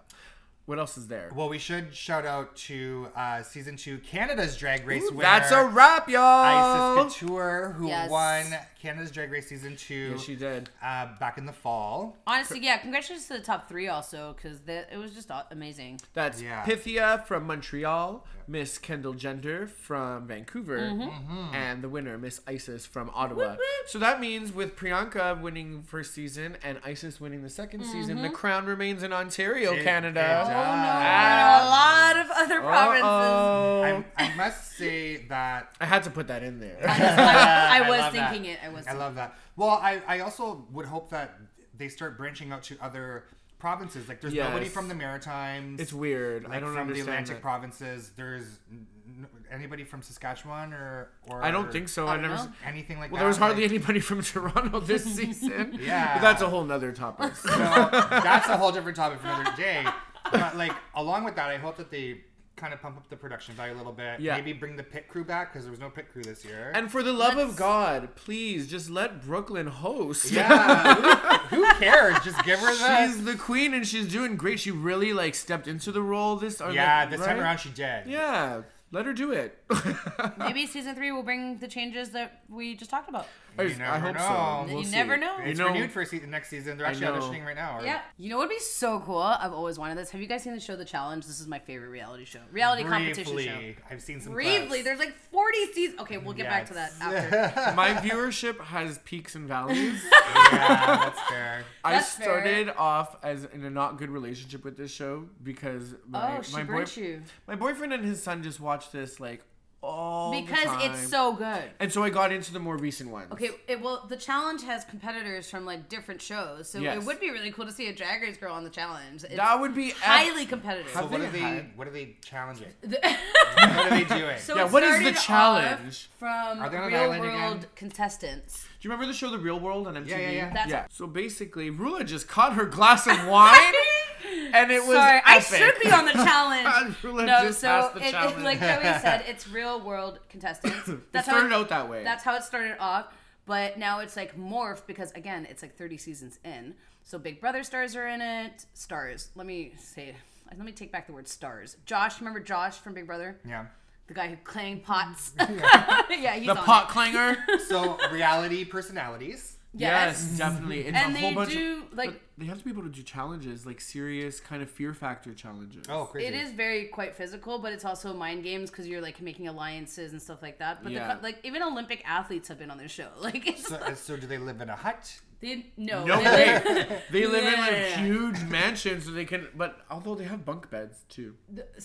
S4: What else is there?
S3: Well, we should shout out to uh, season two Canada's Drag Race winner.
S4: that's a wrap, y'all.
S3: Isis Couture, who
S2: Yes.
S3: won Canada's Drag Race season two
S4: Yeah, she did.
S3: uh, back in the fall.
S2: Honestly, yeah. Congratulations to the top three also, because it was just aw- amazing.
S4: That's
S3: Yeah.
S4: Pythia from Montreal, Miss Kendall Gender from Vancouver,
S2: Mm-hmm.
S3: Mm-hmm.
S4: and the winner, Miss Isis from Ottawa. So that means with Priyanka winning first season and Isis winning the 2nd season, the
S2: Mm-hmm.
S4: crown remains in Ontario,
S3: It-
S4: Canada.
S3: it does.
S2: Oh,
S3: Ah.
S2: a lot of other provinces.
S3: *laughs*
S2: *laughs*
S4: Uh-oh.
S3: I, I must say that
S4: I had to put that in there.
S3: *laughs*
S2: I, I
S3: I
S2: was
S3: love that.
S2: thinking it. I was.
S3: I love that. Well, I, I also would hope that they start branching out to other provinces. Like there's nobody
S4: Yes.
S3: from the Maritimes.
S4: it's weird.
S3: Like
S4: I don't
S3: from
S4: understand.
S3: the Atlantic
S4: that.
S3: provinces. There's n- n- anybody from Saskatchewan or or
S4: I don't think so.
S2: I
S4: I,
S2: don't
S4: never.
S2: know.
S4: s-
S3: anything like
S4: Well,
S3: that.
S4: there was hardly
S3: like-
S4: anybody from *laughs*
S2: *laughs*
S4: Toronto this season.
S3: Yeah.
S4: But that's a whole nother topic.
S3: So that's a whole different topic for another day. But like along with that, I hope that they kind of pump up the production value a little bit.
S4: Yeah.
S3: Maybe bring the pit crew back because there was no pit crew this year.
S4: And for the love
S2: Let's-
S4: of God, please just let Brooklyn host. *laughs*
S3: yeah, who, who cares? Just give her
S2: Uh,
S3: that.
S4: She's the queen and she's doing great. She really like stepped into the role this or,
S3: Yeah,
S4: like,
S3: this
S4: right?
S3: time around she did.
S4: Yeah, let her do it. *laughs*
S2: Maybe season three will bring the changes that we just talked about.
S4: I,
S3: You
S4: just- I
S3: never
S4: hope
S3: know.
S4: so.
S3: You
S4: We'll see.
S2: never know.
S3: It's
S4: You know-
S3: renewed for se- next season. They're
S4: I
S3: actually
S4: know.
S3: auditioning right now. or-
S2: Yeah. You know what would be so cool? I've always wanted this. Have you guys seen the show The Challenge? This is my favorite reality show. Reality competition show.
S3: Briefly, I've seen some.
S2: Briefly,
S3: clips.
S2: there's like 40 seasons. Okay, we'll get back to that
S3: Yes.
S2: after.
S3: *laughs*
S4: *laughs* My viewership has peaks
S2: *laughs*
S4: and valleys.
S3: yeah, that's fair.
S4: I
S2: That's fair.
S4: started off as in a not good relationship with this show because my,
S2: oh, she
S4: my, boy,
S2: burnt you.
S4: my boyfriend and his son just watched this like all the
S2: Because
S4: time.
S2: it's so good.
S4: And so I got into the more recent ones.
S2: Okay, it, well, the challenge has competitors from like different shows, so
S4: Yes.
S2: it would be really cool to see a Drag Race girl on the challenge. It's
S4: That would be ep-
S2: highly competitive.
S3: So what
S4: they
S3: are they?
S4: had-
S3: What are they challenging?
S2: *laughs*
S4: *laughs*
S3: what are they doing?
S2: So
S4: Yeah,
S2: it
S4: what is the
S2: started off
S4: challenge?
S2: From
S3: Are they on an
S2: real
S3: island
S2: world
S3: again?
S2: contestants.
S4: Do you remember the show The Real World on MTV?
S3: yeah, yeah.
S2: That's-
S4: So basically, Rula just caught her glass
S2: *laughs*
S4: of *laughs* wine, and it was
S2: Sorry, I
S4: epic.
S2: should be
S4: *laughs*
S2: on the challenge.
S4: Rula
S2: no,
S4: just
S2: so
S4: passed the
S2: it, it,
S4: challenge.
S2: like Joey
S4: *laughs*
S2: said, it's real world contestants.
S4: it
S2: That's how
S4: started out that way.
S2: That's how it started off. But now it's like morphed because again, it's like 30 seasons in. So Big Brother stars are in it. Stars. Let me say. Let me take back the word stars. Josh, remember Josh from Big Brother,
S3: yeah.
S2: the guy who clang
S4: *laughs*
S2: pots. *laughs* yeah, he's
S4: the
S2: on it.
S4: pot clanger.
S2: *laughs*
S3: So reality personalities.
S2: Yes.
S4: definitely. It's
S2: And
S4: a whole
S2: they
S4: bunch.
S2: do
S4: of,
S2: like
S4: but they have to be able to do challenges, like serious kind of fear factor challenges.
S3: Oh, crazy.
S2: It is very quite physical, but it's also mind games because you're like making alliances and stuff like that. But the
S4: Yeah.
S2: co- like even Olympic athletes have been on this show. *laughs* Like it's
S3: So, uh, so do they live in a hut?
S2: they no,
S4: No
S2: they
S4: way.
S2: live- *laughs*
S4: they live in like
S2: Yeah.
S4: huge mansions, so they can. But although they have bunk beds too.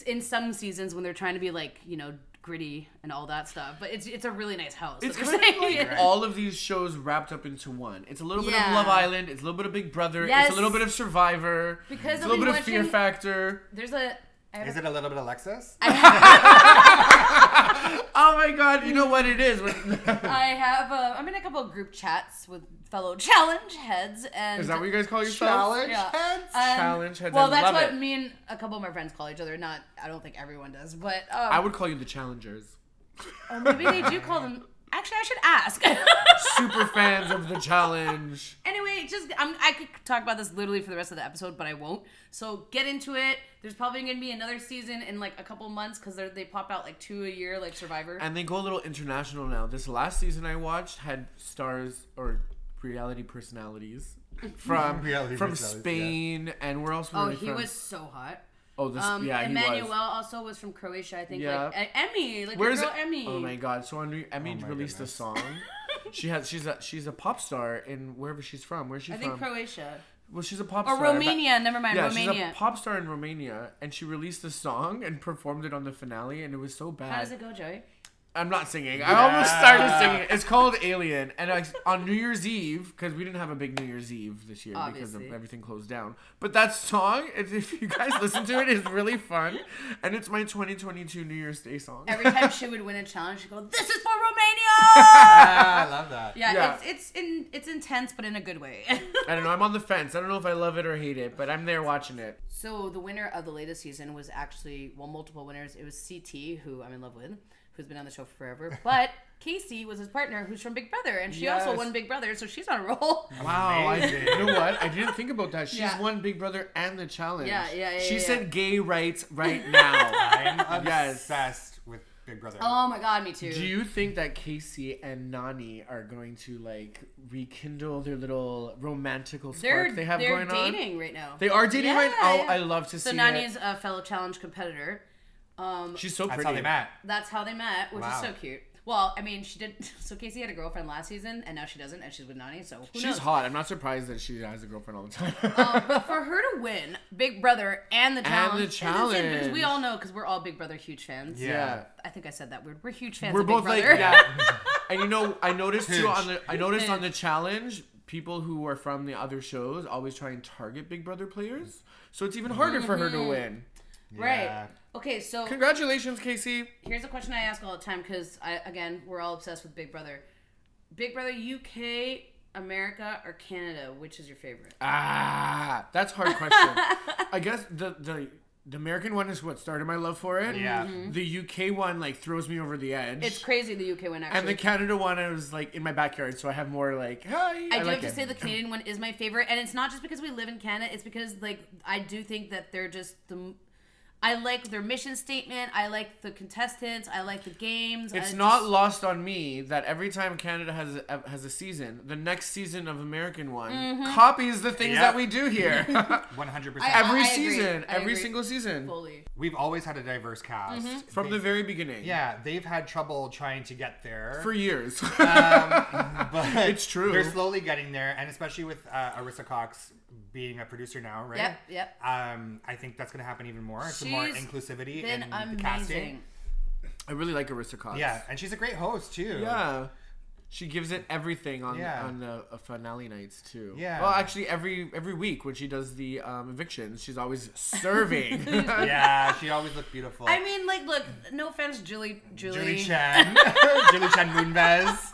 S2: in some seasons when they're trying to be like you know gritty and all that stuff. But it's it's a really nice house. *laughs*
S4: It's
S2: what
S4: kind
S2: they're
S4: of like
S2: saying.
S4: all of these shows wrapped up into one. It's a little bit
S2: Yeah.
S4: of Love Island. It's a little bit of Big Brother. It's
S2: Yes.
S4: a little bit of Survivor.
S2: Because
S4: it's a
S2: I've
S4: little bit
S2: been
S4: of Fear
S2: watching-
S4: Factor.
S2: There's a I have
S3: Is
S2: a- *laughs*
S3: it a little bit Alexis?
S4: Oh my God! You know what it
S2: *laughs*
S4: is? When-
S2: I have uh, I'm in a couple of group chats with fellow *laughs* challenge heads and
S4: is that what you guys call yourself?
S3: Challenge
S2: Yeah.
S3: heads?
S2: Um,
S4: Challenge heads,
S2: Well,
S4: I
S2: that's
S4: love
S2: what
S4: it.
S2: me and a couple of my friends call each other. Not, I don't think everyone does, but um,
S4: I would call you the Challengers.
S2: Or maybe they do call them. Actually, I should ask.
S4: *laughs* Super fans of the challenge.
S2: anyway, just I'm, I could talk about this literally for the rest of the episode, but I won't. So get into it. There's probably gonna be another season in like a couple months because they pop out like two a year, like Survivor.
S4: And they go a little international now. This last season I watched had stars or reality personalities
S3: *laughs*
S4: from
S3: Reality
S4: from
S3: personalities, yeah.
S4: Spain and where else were
S2: oh,
S4: they
S2: he
S4: from?
S2: was so hot.
S4: Oh, this
S2: Um,
S4: yeah, he
S2: Emmanuel
S4: was.
S2: also was from Croatia, I think.
S4: Yeah.
S2: Like and Emmy, like
S4: Where's
S2: the girl Emmy.
S4: Oh my god! So Andrew, Emmy
S3: my
S4: released
S3: goodness.
S4: a song. she has she's a she's a pop star in wherever she's from. Where's she
S2: I
S4: from?
S2: think Croatia
S4: well, she's a pop
S2: or
S4: star. but-
S2: Romania. Never mind,
S4: Yeah,
S2: Romania.
S4: she's a pop star in Romania, and she released a song and performed it on the finale, and it was so bad.
S2: How does it go, *laughs* Joey?
S4: I'm not singing. I almost started singing. It's called Alien, and I, on New Year's Eve, because we didn't have a big New Year's Eve this year because
S2: Obviously.
S4: of everything closed down. But that song, if if you guys listen to it, is really fun, and it's my 2022 New Year's Day song.
S2: Every time she would win a challenge, she'd go, "This is for Romania."
S3: Ah, I love that.
S2: *laughs* Yeah,
S4: Yeah.
S2: it's it's in it's intense, but in a good way. *laughs*
S4: I don't know. I'm on the fence. I don't know if I love it or hate it, but I'm there watching it.
S2: so the winner of the latest season was actually well, multiple winners. It was CT, who I'm in love with, who's been on the show
S4: *laughs*
S2: forever, but. Casey was his partner, who's from Big Brother, and she also
S4: Yes.
S2: won Big Brother, so she's on a
S4: *laughs*
S2: roll.
S4: Wow, I,
S3: Amazing.
S4: you know what? I didn't think about that. She's
S2: Yeah.
S4: won Big Brother and the challenge.
S2: Yeah, yeah, yeah,
S4: She
S2: yeah.
S4: said gay rights right now.
S3: I'm
S4: *laughs* Yes.
S3: obsessed with Big Brother.
S2: Oh my God, me too.
S4: Do you think that Casey and Nani are going to like rekindle their little romantical
S2: they're
S4: spark they have
S2: they're
S4: going on?
S2: dating right now.
S4: They are dating
S2: Yeah,
S4: right now. Oh,
S2: yeah.
S4: I love to
S2: so
S4: see
S2: Nani
S4: it.
S2: is a fellow challenge competitor. Um,
S4: She's so
S3: That's
S4: pretty.
S3: how they met.
S2: That's how they met, which is
S3: Wow.
S2: so cute. Well, I mean, she did. *laughs* So Casey had a girlfriend last season, and now she doesn't, and she's with Nani. So who
S4: She's
S2: knows? Oh.
S4: hot. I'm not surprised that she has a girlfriend all
S2: *laughs*
S4: the time.
S2: But for her to win Big Brother and the challenge,
S4: the
S2: is insane, because we
S4: challenge.
S2: all know because we're all Big Brother huge fans.
S3: Yeah.
S4: yeah.
S2: I think I said that word. We're huge fans.
S4: We're
S2: of Big
S4: both like
S2: Brother.
S4: yeah. and you know, I noticed too on the I noticed on the
S2: Pinch.
S4: challenge people who are from the other shows always try and target Big Brother players. So it's even harder for her to
S2: Mm-hmm.
S4: win.
S2: *laughs* right.
S3: Yeah.
S2: Okay, so
S4: Congratulations, Casey.
S2: here's a question I ask all the time because I again we're all obsessed with Big Brother. Big Brother UK, America, or Canada? Which is your favorite?
S4: Ah, that's a
S2: *laughs*
S4: hard question. I guess the the the American one is what started my love for it.
S3: Yeah.
S2: Mm-hmm.
S3: Mhm.
S4: The UK one like throws me over the edge.
S2: It's crazy the UK one actually.
S4: and the Canada one, I was like in my backyard, so I have more like hi.
S2: I do
S4: like
S2: have to
S4: it.
S2: say the Canadian one is my favorite, and it's not just because we live in Canada. It's because like I do think that they're just the. m- I like their mission statement. I like the contestants. I like the games.
S4: It's
S2: I
S4: not
S2: just-
S4: lost on me that every time Canada has a, has a season, the next season of American One copies the things
S3: Yeah.
S4: that we do here.
S3: One hundred
S2: Mm-hmm. *laughs* I- I
S3: percent.
S4: every
S2: agree.
S4: season,
S2: I
S4: every
S2: agree.
S4: single season,
S2: fully.
S3: We've always had a diverse cast
S2: Mm-hmm.
S4: from the very beginning.
S3: Yeah, they've had trouble trying to get there. Um,
S4: for years.
S3: Uh, *laughs* but
S4: *laughs* It's true.
S3: They're slowly getting there, and especially with uh, Arissa Cox being a producer now, right?
S2: Yep, yep.
S3: Um, I think that's going to happen even more. Some more
S2: She's
S3: inclusivity
S2: Been
S3: in the casting.
S2: amazing.
S4: *laughs* I really like Aristocrats.
S3: Yeah, and she's a great host too.
S4: Yeah. She gives it everything on
S3: Yeah.
S4: on the uh, finale nights too.
S3: Yeah.
S4: Well, actually, every every week when she does the um, evictions, she's always serving.
S3: *laughs* Yeah,
S4: *laughs*
S3: she always looked beautiful.
S2: I mean, like, look, no offense, Julie, Julie,
S3: Julie Chen, *laughs* Julie Chen Moonves,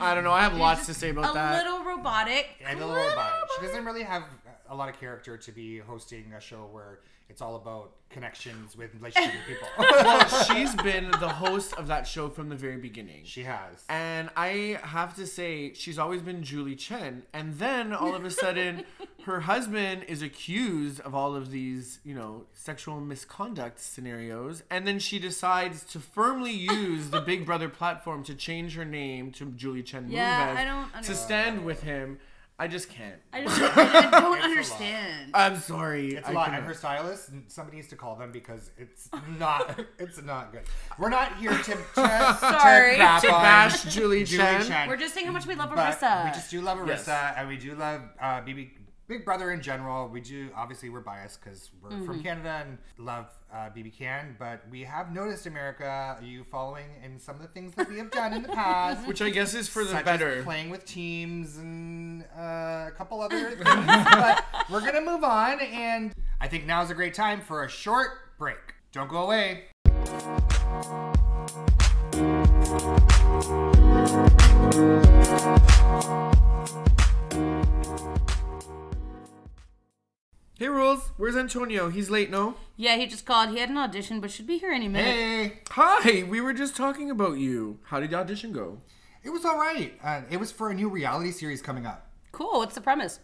S4: I don't know. I have lots
S2: just
S4: to say about
S2: a
S4: that.
S2: little robotic.
S3: and a little about She doesn't really have a lot of character to be hosting a show where it's all about connections with relationships with
S2: *laughs*
S3: people.
S4: well, she's been the host of that show from the very beginning.
S3: she has.
S4: And I have to say, she's always been Julie Chen. And then all of
S2: *laughs*
S4: a sudden, her husband is accused of all of these, you know, sexual misconduct scenarios. And then she decides to firmly use the Big
S2: *laughs*
S4: Brother platform to change her name to Julie Chen
S2: Yeah,
S4: Moonves
S2: I don't under-
S4: to stand with him. I just can't.
S2: I
S3: *laughs*
S2: don't, I don't
S3: It's a lot.
S2: understand.
S4: I'm sorry.
S3: It's a
S4: I
S3: lot.
S4: cannot.
S3: And her stylist, somebody needs to call them because it's
S4: *laughs*
S3: not, it's not good. We're not here to, to,
S2: Sorry.
S3: to crap
S4: To
S3: on
S4: bash Julie,
S3: Julie
S4: Chen.
S3: Chen.
S2: We're just saying how much we love
S3: but
S2: Marissa.
S3: we just do love Arissa
S4: Yes.
S3: and we do love uh, BB Big Brother in general. We do obviously we're biased because we're
S2: Mm-hmm.
S3: from Canada and love uh, BB Can, but we have noticed America you following in some of the things that we have done
S2: *laughs*
S3: in the past.
S4: Which I guess is for the
S3: such as
S4: better.
S3: playing with teams and uh, a couple
S4: *laughs*
S3: other things. but we're gonna move on, and I think now is a great time for a short break. Don't go away.
S4: Hey, Rules. Where's Antonio? He's late, no?
S2: yeah, he just called. He had an audition, but should be here any minute.
S3: Hey.
S4: Hi, we were just talking about you. How did the audition go?
S3: It was all right. Uh, it was for a new reality series coming up.
S2: Cool. What's the premise?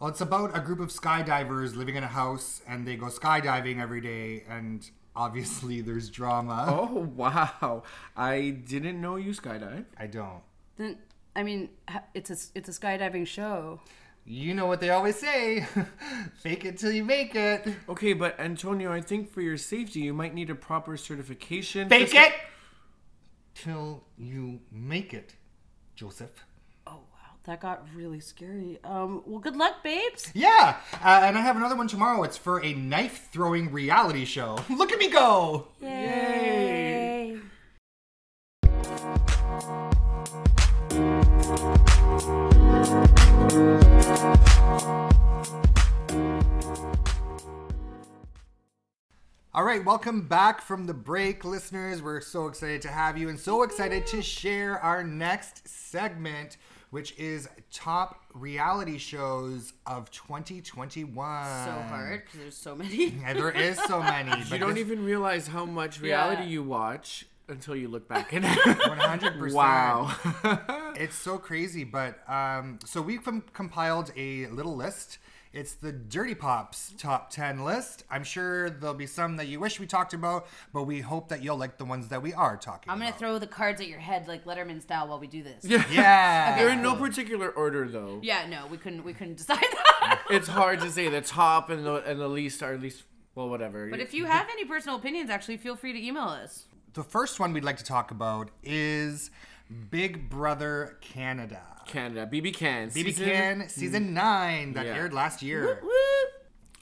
S3: Well, it's about a group of skydivers living in a house and they go skydiving every day, and obviously there's drama.
S4: Oh, *laughs* wow. I didn't know you skydive.
S3: I don't.
S2: Then, I mean, ha- it's a it's a skydiving show.
S3: You know what they always say *laughs* fake it till you make it.
S4: Okay, but Antonio, I think for your safety, you might need a proper certification.
S3: Fake
S4: for-
S3: it till you make it, Joseph.
S2: Oh wow, that got really scary. Um, well, good luck, babes.
S3: Yeah, uh, and I have another one tomorrow. It's for a knife throwing reality show. *laughs* Look at me go!
S4: Yay.
S3: All right, welcome back from the break, listeners. We're so excited to have you and so excited to share our next segment, which is top reality shows of 2021.
S2: So
S3: Um,
S2: hard because there's so many.
S3: And there is so
S4: *laughs*
S3: many. But
S4: You don't
S3: this-
S4: even realize how much reality
S2: Yeah.
S4: you watch until you look
S2: *laughs*
S4: back at it.
S3: 100%.
S4: wow.
S3: It's so crazy, but um, so we've com- compiled a little list. It's the Dirty Pops top 10 list. I'm sure there'll be some that you wish we talked about, but we hope that you'll like the ones that we are talking
S2: I'm gonna
S3: *laughs* about.
S2: throw the cards at your head like Letterman style while we do
S3: *laughs*
S2: this.
S4: yeah.
S3: Yeah.
S4: They're in no particular order, though.
S2: Yeah, no, we couldn't we couldn't decide *laughs* that.
S4: It's hard to say the top and the, and the least are least, well, whatever.
S2: But if you have any personal opinions, actually, feel free to email us.
S3: The first one we'd like to talk about is Big Brother Canada.
S4: Canada, BB Can.
S3: BB
S4: season-
S3: Can season nine that
S4: Yeah.
S3: aired last year.
S2: Woo!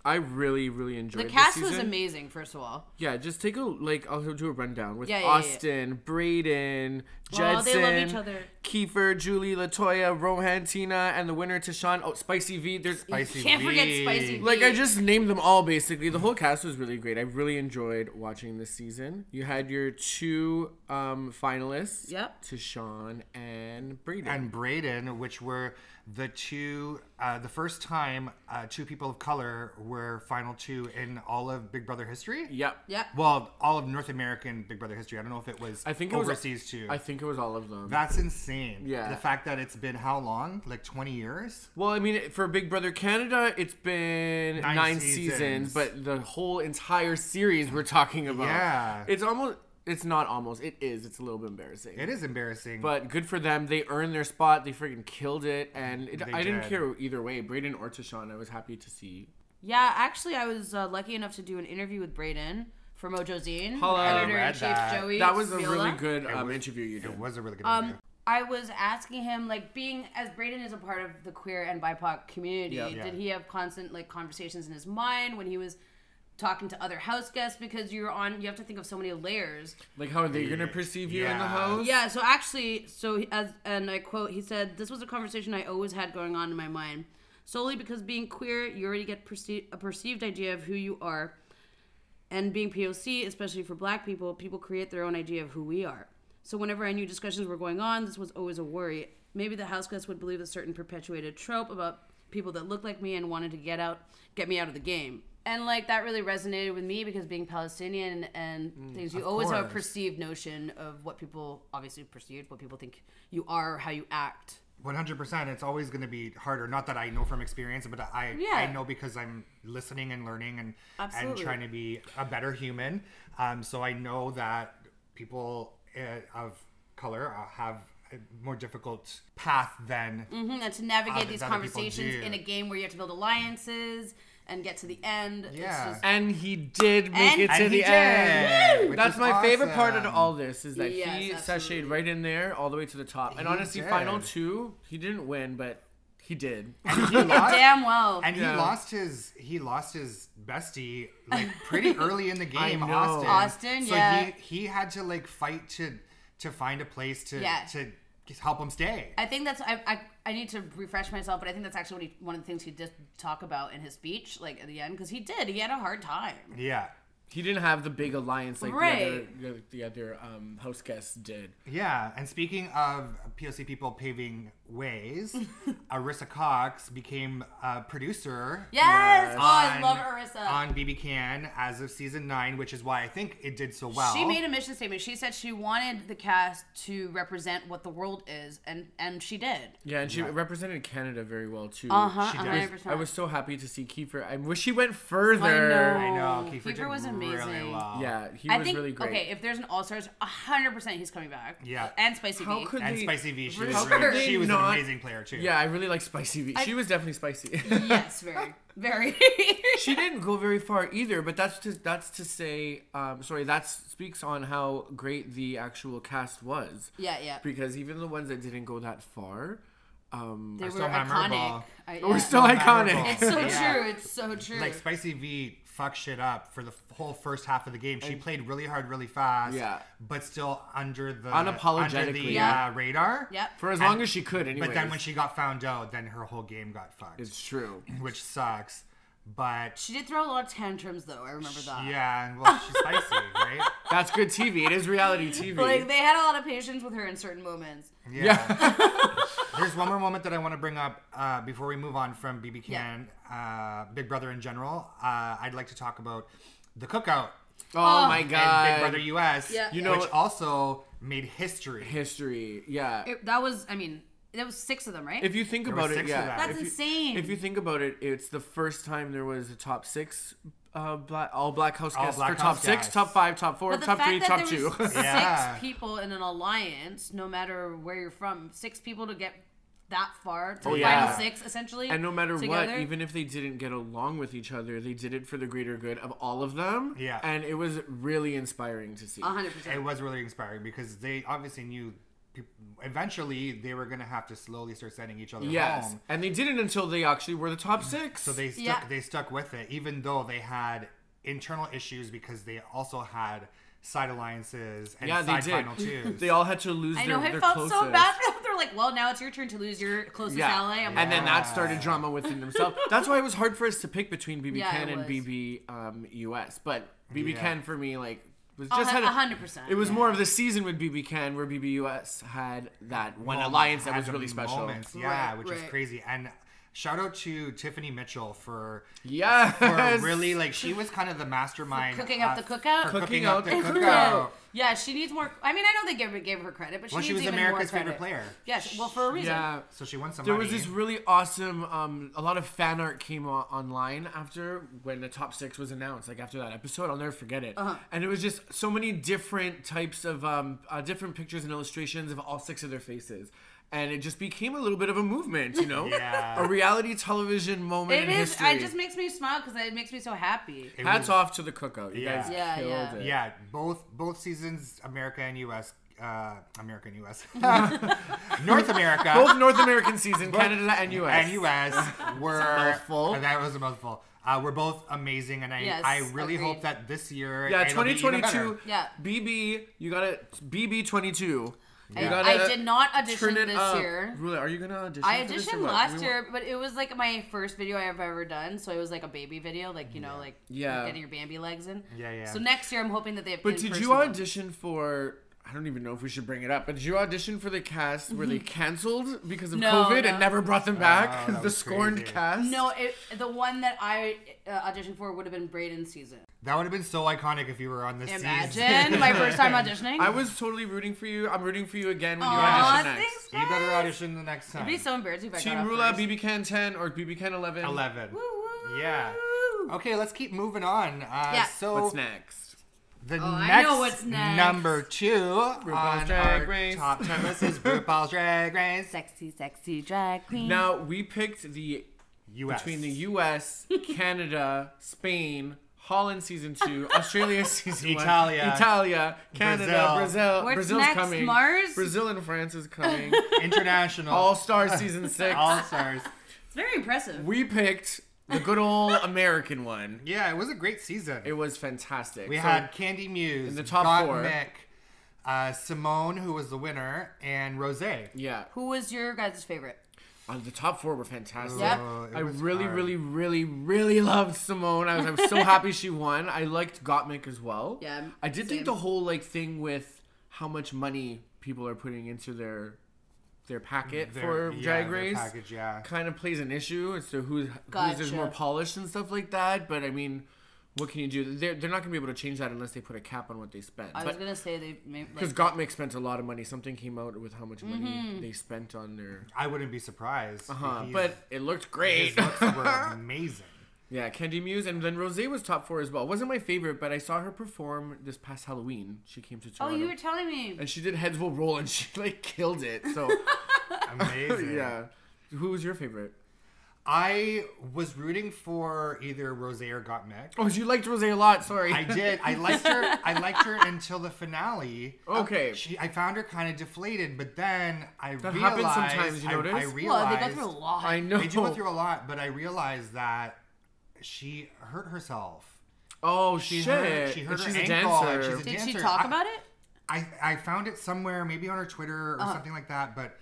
S4: I really, really enjoyed
S2: The
S4: this
S2: cast was
S4: season.
S2: amazing. First of all,
S4: Yeah, just take a like. I'll do a rundown with
S2: Yeah, yeah, yeah, yeah.
S4: Austin, Braden,
S2: Wow,
S4: Jedson,
S2: they love each other.
S4: Kiefer, Julie, Latoya, Rohan, Tina, and the winner Tashawn. Oh, Spicy V. There's
S3: Spicy
S2: can't forget
S3: V.
S2: Spicy
S4: like I
S2: V.
S4: just named them all basically. The whole cast was really great. I really enjoyed watching this season. You had your two um, finalists.
S2: Yep.
S4: Tashawn and Braden.
S3: and Braden, which were the two, uh, the first time uh, two people of color were final two in all of Big Brother history.
S4: yep.
S2: yeah.
S3: Well, all of North American Big Brother history. I don't know if it was
S4: I think it was
S3: overseas too.
S4: I think think it was all of them.
S3: That's insane.
S4: Yeah.
S3: The fact that it's been how long? Like 20 years?
S4: Well, I mean, for Big Brother Canada, it's been
S3: Nine
S4: nine,
S3: seasons.
S4: seasons. but the whole entire series we're talking about.
S3: Yeah.
S4: It's almost, it's not almost, it is. It's a little bit embarrassing.
S3: It is embarrassing.
S4: But good for them. They earned their spot. They freaking killed it. And it,
S3: They
S4: I didn't
S3: did.
S4: care either way, Braden or Tashawn. I was happy to see.
S2: Yeah, actually, I was uh, lucky enough to do an interview with Brayden for Mojo Zine.
S4: Hello. I
S2: Editor in
S3: read
S2: chief
S3: that.
S2: Joey.
S4: That was a
S2: Viola.
S4: really good
S3: It
S4: um,
S3: was-
S4: interview you did.
S3: it was a really good
S2: Um,
S3: interview.
S2: I was asking him, like, being as Brayden is a part of the queer and BIPOC community,
S4: Yeah.
S3: Yeah.
S2: did he have constant like conversations in his mind when he was talking to other house guests? Because you're on, you have to think of so many layers.
S4: Like, how are they going to perceive you in the
S3: Yeah.
S4: house?
S2: Yeah, so actually, so he- as and I quote, he said, "This was a conversation I always had going on in my mind, solely because being queer, you already get perce- a perceived idea of who you are, and being POC, especially for Black people, people create their own idea of who we are. So whenever I knew discussions were going on, this was always a worry. Maybe the house guests would believe a certain perpetuated trope about people that looked like me and wanted to get out, get me out of the game." And like that really resonated with me because being Palestinian and things, you always have a
S3: Mm, course.
S2: perceived notion of what people obviously perceived, what people think you are, how you act.
S3: 100%. It's always going to be harder. Not that I know from experience, but I
S2: Yeah.
S3: I know because I'm listening and learning and, and
S2: Absolutely.
S3: trying to be a better human. Um, so I know that people uh, of color uh, have a more difficult path than
S2: Mhm, And to navigate
S3: How
S2: these
S3: does other people
S2: conversations
S3: do?
S2: in a game where you have to build alliances and get to the end. it's
S3: Yeah.
S2: just-
S4: And he did make
S2: And-
S4: it to
S3: And he
S4: the
S3: did,
S4: end.
S3: which
S4: That's
S3: is
S4: my favorite part of
S3: awesome. *laughs*
S4: all this is that
S2: Yes,
S4: he
S2: absolutely.
S4: sashayed right in there all the way to the top. And
S3: He
S4: honestly,
S3: did.
S4: final two, he didn't win, but he did. *laughs*
S3: He lost-
S2: damn well.
S3: And he
S4: Yeah.
S3: lost his he lost his bestie like
S4: *laughs*
S3: pretty early in the game,
S4: know.
S3: Austin.
S2: Austin,
S3: so
S2: yeah.
S3: he he had to like fight to to find a place to
S2: Yeah.
S3: to help him stay.
S2: I think that's I, I I need to refresh myself, but I think that's actually what he, one of the things he did talk about in his speech, like at the end, because he did. He had a hard time.
S3: Yeah.
S4: He didn't have the big alliance like
S2: Right.
S4: the other, the, the other um, host guests did.
S3: Yeah, and speaking of POC people paving
S2: *laughs*
S3: ways, Arissa Cox became a producer
S2: Yes.
S4: Yes.
S2: Oh, I love Arissa.
S3: on BB Can as of season nine, which is why I think it did so well.
S2: She made a mission statement. She said she wanted the cast to represent what the world is, and and she did.
S4: Yeah, and she represented Canada very well too.
S2: Uh huh.
S3: She did.
S2: hundred percent.
S4: I was so happy to see Kiefer. I wish he went further.
S3: I know
S2: Oh,
S3: Kiefer,
S2: Kiefer
S3: did
S2: was
S3: Really
S2: amazing.
S3: well.
S4: Yeah, he
S2: I
S4: was
S2: think
S4: really great.
S2: okay, if there's an All Stars, hundred percent he's coming back.
S3: Yeah.
S2: and Spicy
S4: How
S2: V.
S4: could
S3: and
S4: they-
S3: Spicy V. She
S4: How
S3: was,
S4: could
S3: really,
S4: they
S3: she was an
S4: not-
S3: amazing player too.
S4: Yeah, I really like Spicy V. she was definitely spicy. *laughs*
S2: yes, very, very.
S4: she didn't go very far either, but that's to that's to say, um, sorry, that speaks on how great the actual cast was.
S2: yeah, yeah.
S4: Because even the ones that didn't go that far, um,
S2: *laughs* They
S3: I
S2: were
S3: still have my
S2: iconic.
S3: ball.
S2: I-
S4: were
S2: yeah.
S4: still iconic.
S2: It's so
S3: *laughs* Yeah.
S2: true. It's so true.
S3: Like Spicy V fucked shit up for the f- whole first half of the game. She played really hard, really fast.
S4: Yeah.
S3: But still under the under the
S4: Unapologetically.
S2: Yeah.
S3: uh, radar.
S2: yep.
S4: for as
S3: And-
S4: long as she could. Anyways,
S3: But then when she got found out, then her whole game got fucked,
S4: it's true.
S3: which sucks. But
S2: She did throw a lot of tantrums though. I remember that.
S3: yeah, and well,
S2: *laughs*
S3: she's spicy, right?
S4: That's good TV. It is reality TV. *laughs*
S2: Like they had a lot of patience with her in certain moments.
S3: Yeah.
S4: Oh
S3: There's one more moment that I want to bring up uh, before we move on from BB Can, uh, Big Brother in general. Uh, I'd like to talk about the cookout
S4: oh, my
S3: and Big
S4: god,
S3: Brother US,
S2: Yeah. You
S4: know-
S3: which also made history.
S4: history. Yeah.
S2: It, that was, I mean, there was six of them, right?
S4: if you think
S3: were
S4: about it,
S3: six of
S4: yeah.
S3: them.
S2: That's
S4: if you-
S2: insane.
S4: If you think about it, it's the first time there was a top six, uh, black, all black house
S3: All
S4: guests
S3: black
S4: for top
S3: house
S4: six,
S3: guests.
S4: top five, top four,
S2: but the
S4: top
S2: fact
S4: three,
S2: that
S4: top
S2: there
S4: two.
S2: was
S4: *laughs*
S2: six
S3: Yeah.
S2: people in an alliance, no matter where you're from, six people to get that far to
S4: Oh,
S2: the
S4: yeah.
S2: final six, essentially.
S4: And no matter
S2: together.
S4: what, even if they didn't get along with each other, they did it for the greater good of all of them.
S3: Yeah.
S4: And it was really inspiring to see.
S2: hundred percent.
S3: It was really inspiring because they obviously knew pe- eventually they were going to have to slowly start sending each other
S4: Yes.
S3: home.
S4: And they didn't until they actually were the top six.
S3: So they stuck,
S2: Yeah.
S3: they stuck with it, even though they had internal issues because they also had side alliances and
S4: yeah, they
S3: side
S4: did.
S3: final twos.
S4: *laughs* They all had to lose
S2: I
S4: their,
S2: know I
S4: their
S2: felt
S4: closest.
S2: so bad *laughs* for them. They're like, well, now it's your turn to lose your closest
S4: Yeah.
S2: ally. I'm
S4: And
S2: like,
S4: then that started drama
S3: *laughs*
S4: within themselves. That's why it was hard for us to pick between BB
S2: Yeah,
S4: Can
S2: it
S4: and
S2: was.
S4: BB um, US. But BB
S3: Yeah.
S4: Can for me, like, was
S2: "Oh,
S4: just had
S2: a
S4: a-
S2: hundred percent.
S4: It was more of the season with BB Can where BB US had that one alliance that
S3: had
S4: was
S3: the
S4: really special.
S3: moments, yeah,
S2: Right,
S3: which is
S2: right.
S3: crazy. And Shout out to Tiffany Mitchell for
S4: Yes.
S3: for really like she was kind of the mastermind
S2: For cooking up
S3: uh,
S2: the cookout?
S3: for
S4: Cooking
S3: cooking
S4: up
S3: up the
S4: the
S2: *laughs*
S3: cookout.
S2: "Oh." Yeah, she needs more. I mean, I know they gave, gave her credit, but she
S3: Well,
S2: needs
S3: she was
S2: even
S3: America's
S2: more credit.
S3: favorite player.
S2: Yes, well, for a reason.
S4: Yeah.
S3: So she won some
S4: There
S3: money.
S4: was this really awesome. Um, a lot of fan art came o- online after when the top six was announced. Like after that episode, I'll never forget it. And it was just so many different types of um, uh, different pictures and illustrations of all six of their faces, and it just became a little bit of a movement. You
S3: *laughs*
S4: know,
S3: Yeah.
S4: a reality television moment
S2: It
S4: in
S2: is.
S4: history.
S2: It just makes me smile because it makes me so happy.
S3: It was-
S4: Hats off to the cookout. You
S3: Yeah.
S4: guys
S2: Yeah,
S4: killed
S2: yeah.
S4: it.
S3: Yeah, both both seasons, America and U.S. Uh, America
S2: *laughs*
S3: and U.S. *laughs* North America
S4: Both North
S3: *laughs*
S4: American season, Canada and U.S.
S3: and U.S. were
S4: mouthful.
S3: That was a mouthful. Uh, we're both amazing, and I
S2: Yes,
S3: I really
S2: agreed.
S3: hope that this year
S4: Yeah,
S3: it'll be even
S4: 2022.
S3: better.
S2: Yeah.
S4: BB, you got it. BB 22.
S2: I- I did not audition this year.
S4: Really, are you gonna audition?
S2: I
S4: for this or
S2: auditioned
S4: what?
S2: last
S4: We won't-
S2: year, but it was like my first video I've ever done, so it was like a baby video, like you know, like
S4: Yeah.
S2: getting your Bambi legs in.
S3: Yeah, yeah.
S2: So next year, I'm hoping that they. have
S4: But did
S2: in-person
S4: you
S2: ones.
S4: audition for? I don't even know if we should bring it up, but did you audition for the cast
S2: *laughs*
S4: where they canceled because of
S2: No,
S4: COVID
S2: no.
S4: and never brought them back?
S3: Oh, that
S4: *laughs* the
S3: was
S4: scorned
S3: crazy.
S4: cast.
S2: No, it, the one that I uh, auditioned for would have been Braden's season.
S3: That would have been so iconic if you were on this season.
S2: Imagine my first time auditioning.
S4: *laughs* I was totally rooting for you. I'm rooting for you again when you
S2: Aw,
S4: audition next.
S2: thanks,
S3: *laughs* You better
S2: guys.
S3: audition the next time.
S2: It'd be so embarrassing if I
S4: Team
S2: got off
S4: Rula,
S2: first.
S4: BB Can 10 or BB Can 11.
S3: Eleven.
S2: Woo-woo.
S3: Yeah. Okay, let's keep moving on. Uh,
S2: Yeah.
S3: So
S4: What's next?
S3: the
S4: Oh,
S2: I
S3: next,
S2: know what's next.
S3: number two on
S4: Drag
S3: our
S4: Race.
S3: top ten list is RuPaul's Drag
S4: *laughs*
S3: Race
S2: Sexy, sexy drag queen.
S4: Now we picked the
S3: U.S.
S4: between the
S3: *laughs*
S4: U.S., Canada, Spain, Holland season two,
S3: *laughs*
S4: Australia season
S3: Italia.
S4: one, Italia, Canada,
S3: Brazil.
S4: Brazil,
S2: Where's
S4: Brazil's
S2: next,
S4: coming,
S2: Mars?
S4: Brazil and France is
S2: *laughs*
S4: coming,
S3: international
S4: *laughs* All Star season six.
S3: All Stars.
S2: it's very impressive.
S4: we picked the good old American one.
S3: Yeah, it was a great season.
S4: It was fantastic.
S3: we
S4: So,
S3: had Candy Muse
S4: the top
S3: Got
S4: four.
S3: Mick, uh, Simone, who was the winner, and Rose.
S4: yeah,
S2: Who was your guys' favorite?
S4: uh, the top four were fantastic.
S2: Yeah.
S3: Oh, it
S4: I
S3: was
S4: really,
S3: hard.
S4: really, really, really loved Simone. I was, I
S3: *laughs*
S4: was so happy she won. I liked Gottmik as well.
S2: Yeah,
S4: I did think
S2: same.
S4: the whole like thing with how much money people are putting into their their packet
S3: Their-
S4: for
S3: yeah,
S4: Drag
S3: their
S4: Race
S3: package, yeah.
S4: kind of plays an issue as to who's who's
S2: Gotcha.
S4: is more polished and stuff like that. But I mean, what can you do? They're they're not gonna be able to change that unless they put a cap on what they spend.
S2: I was
S4: But
S2: gonna say they made
S4: because
S2: like,
S4: Gottmik spent a lot of money. Something came out with how much money
S2: Mm-hmm.
S4: they spent on their.
S3: I wouldn't be surprised.
S4: Huh,
S3: He's-
S4: Uh-huh, but it looked
S3: his
S4: *laughs* great.
S3: looks were
S4: *laughs*
S3: amazing.
S4: Yeah, Candy Muse, and then Rosé was top four as well. Wasn't my favorite, but I saw her perform this past Halloween. She came to
S2: Oh,
S4: Toronto,
S2: you were telling me.
S4: and she did Heads Will Roll, and *laughs* she like killed it.
S2: *laughs*
S4: So
S3: Amazing.
S4: yeah, who was your favorite?
S3: I was rooting for either Rose or Gottmik.
S4: Oh, you liked Rosé a lot. Sorry.
S3: I did. I liked her. I liked her until the finale. Um,
S4: Okay.
S3: She, I found her kind of deflated, but then I
S4: That
S3: realized.
S4: happens sometimes, you
S3: I- I,
S4: notice?
S2: Well,
S3: realized.
S2: they go through a lot.
S4: I know.
S3: *laughs* They do go through a lot, but I realized that she hurt herself.
S4: *laughs* oh
S3: She
S4: shit!
S3: hurt. She
S4: And
S3: hurt
S4: she's
S3: her
S4: a
S3: ankle.
S4: dancer.
S3: And she's a
S2: Did she
S3: dancer.
S2: talk
S3: I-
S2: about it?
S3: I I found it somewhere, maybe on her Twitter or
S2: Uh-huh.
S3: something like that. But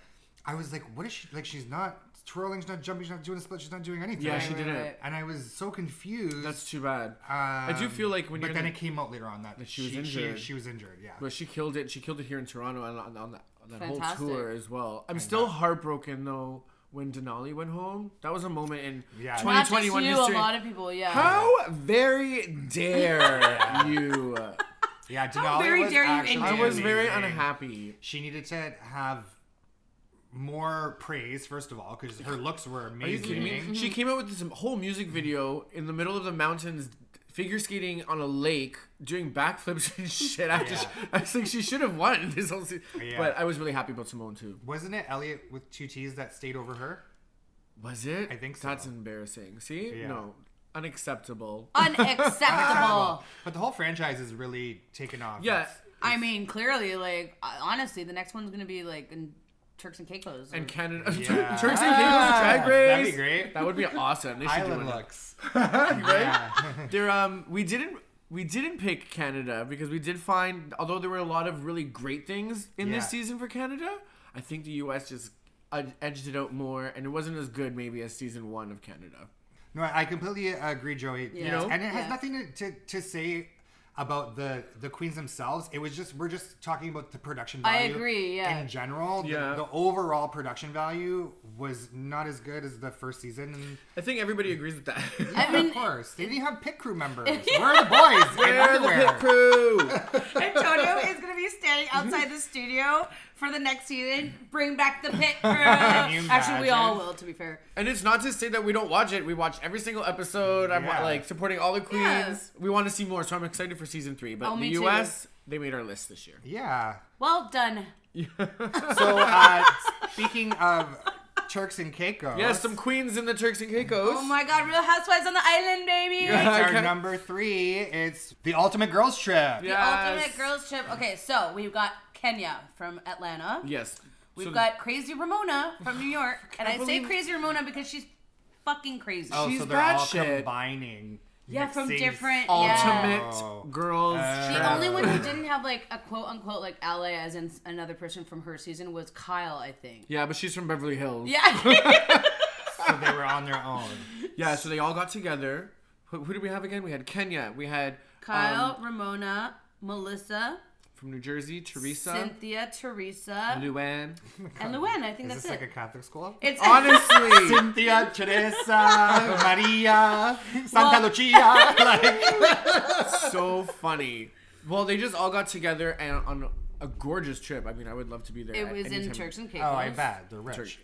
S3: I was like, what is she like? She's not twirling. She's not jumping. She's not doing a split. She's not doing anything.
S4: yeah, she
S2: Right,
S4: didn't.
S2: right, right.
S3: And I was so confused.
S4: That's too bad.
S3: I
S4: do feel like when
S3: but
S4: you're
S3: then
S4: in
S3: it came out later on that,
S4: she was injured.
S3: She, was injured. Yeah.
S4: But she killed it. She killed it here in Toronto and on, on that, on that whole
S2: Fantastic.
S4: tour as well. I'm still heartbroken though when Denali went home. That was a moment in
S3: Yeah.
S2: Not just
S4: 2021
S2: you, a
S4: history.
S2: lot of people. Yeah.
S4: How very dare you?
S3: yeah. Denali
S2: very
S3: was
S2: dare you
S3: actually
S2: injure
S4: I was very
S3: amazing.
S4: unhappy.
S3: She needed to have more praise first of all because her looks were
S4: Are you
S3: amazing.
S4: kidding me? She came out with this whole music video in the middle of the mountains, figure skating on a lake, doing backflips *laughs* and shit. After she, I was like, she should have won *laughs* this whole season.
S3: Yeah.
S4: But I was really happy about Simone too.
S3: Wasn't it Elliot with two T's that stayed over her?
S4: Was it?
S3: I think
S4: That's
S3: so.
S4: embarrassing. See?
S3: Yeah.
S4: No. Unacceptable. *laughs*
S2: Unacceptable.
S3: But the whole franchise is really taken off.
S4: Yeah.
S3: It's-
S2: I mean, clearly, like uh, honestly, the next one's gonna be like in Turks and Caicos. or-
S4: And Canada. *laughs*
S3: Yeah.
S4: Turks and Caicos Drag Race.
S3: That'd be great.
S4: That would be awesome. They should do
S3: Island
S4: one. *laughs*
S3: looks.
S4: There, um, we didn't we didn't pick Canada because we did find, although there were a lot of really great things in
S3: Yeah.
S4: this season for Canada, I think the U.S. just uh, edged it out more, and it wasn't as good maybe as season one of Canada.
S3: No, I completely agree, Joey.
S2: You know?
S3: and it has
S2: Yeah.
S3: nothing to, to, to say about the the queens themselves. It was just we're just talking about the production
S2: I
S3: value.
S2: agree, yeah.
S3: In general, The-
S4: Yeah.
S3: the, overall production value was not as good as the first season. And
S4: I think everybody agrees with
S2: *laughs*
S4: that.
S2: I mean,
S3: of course, they didn't have pit
S2: *laughs*
S3: crew members. Where are the boys?
S4: Where are the pit crew? *laughs*
S2: Antonio is gonna be standing outside the studio for the next season. Bring back the
S4: *laughs*
S2: pit crew. Actually, we all
S3: imagine?
S2: will. To be fair,
S4: and it's not to say that we don't watch it. We watch every single episode. I'm
S3: Yeah.
S4: like supporting all the queens.
S2: Yeah.
S4: We want to see more, so I'm excited for season three. But
S2: Oh,
S4: the
S2: me too.
S4: U.S. they made our list this year.
S3: Yeah.
S2: well done.
S3: So uh, speaking of Turks and Caicos,
S4: Yes, some queens in the Turks and Caicos.
S2: Oh my God, Real Housewives on the Island,
S4: *laughs*
S2: baby.
S4: Yeah.
S3: It's *laughs* our
S4: Okay.
S3: number three. It's the Ultimate Girls Trip.
S2: The
S4: Yes.
S2: ultimate girls trip. Okay, so we've got Kenya from Atlanta.
S4: Yes.
S2: We've
S4: So
S2: got Crazy Ramona from New York,
S3: *laughs*
S2: and I say
S4: believe-
S2: Crazy Ramona because she's fucking crazy.
S3: Oh,
S4: She's
S3: so they're
S4: bad
S3: all
S4: shit.
S3: combining.
S2: yeah, from
S3: mixing-
S2: different. Yeah.
S4: ultimate
S3: Oh.
S4: girls.
S3: Uh,
S2: The
S4: trip.
S2: only one who didn't have like a quote unquote like ally as in another person from her season was Kyle, I think.
S4: Yeah, but she's from Beverly Hills.
S2: *laughs*
S3: *laughs* Um,
S2: Yeah.
S3: So they were on their own.
S4: Yeah, so they all got together. Who, who did we have again? We had Kenya. We had um,
S2: Kyle, Ramona, Melissa,
S4: from New Jersey, Teresa,
S2: Cynthia, Teresa, *laughs*
S4: Luann.
S2: and Luann. I think that's
S3: Is this like a
S2: it.
S3: Catholic school? *laughs*
S2: it's *laughs*
S4: Honestly,
S3: Cynthia, Teresa, Maria, Santa
S2: Well- *laughs*
S3: Lucia. Oh, Like,
S4: so funny. Well, they just all got together and on a gorgeous trip. I mean, I would love to be there.
S2: it
S4: at
S2: was
S4: any
S2: in
S4: time. *laughs*
S2: Turks *laughs* and Caicos.
S3: oh, I bet they're rich.
S4: Turkey.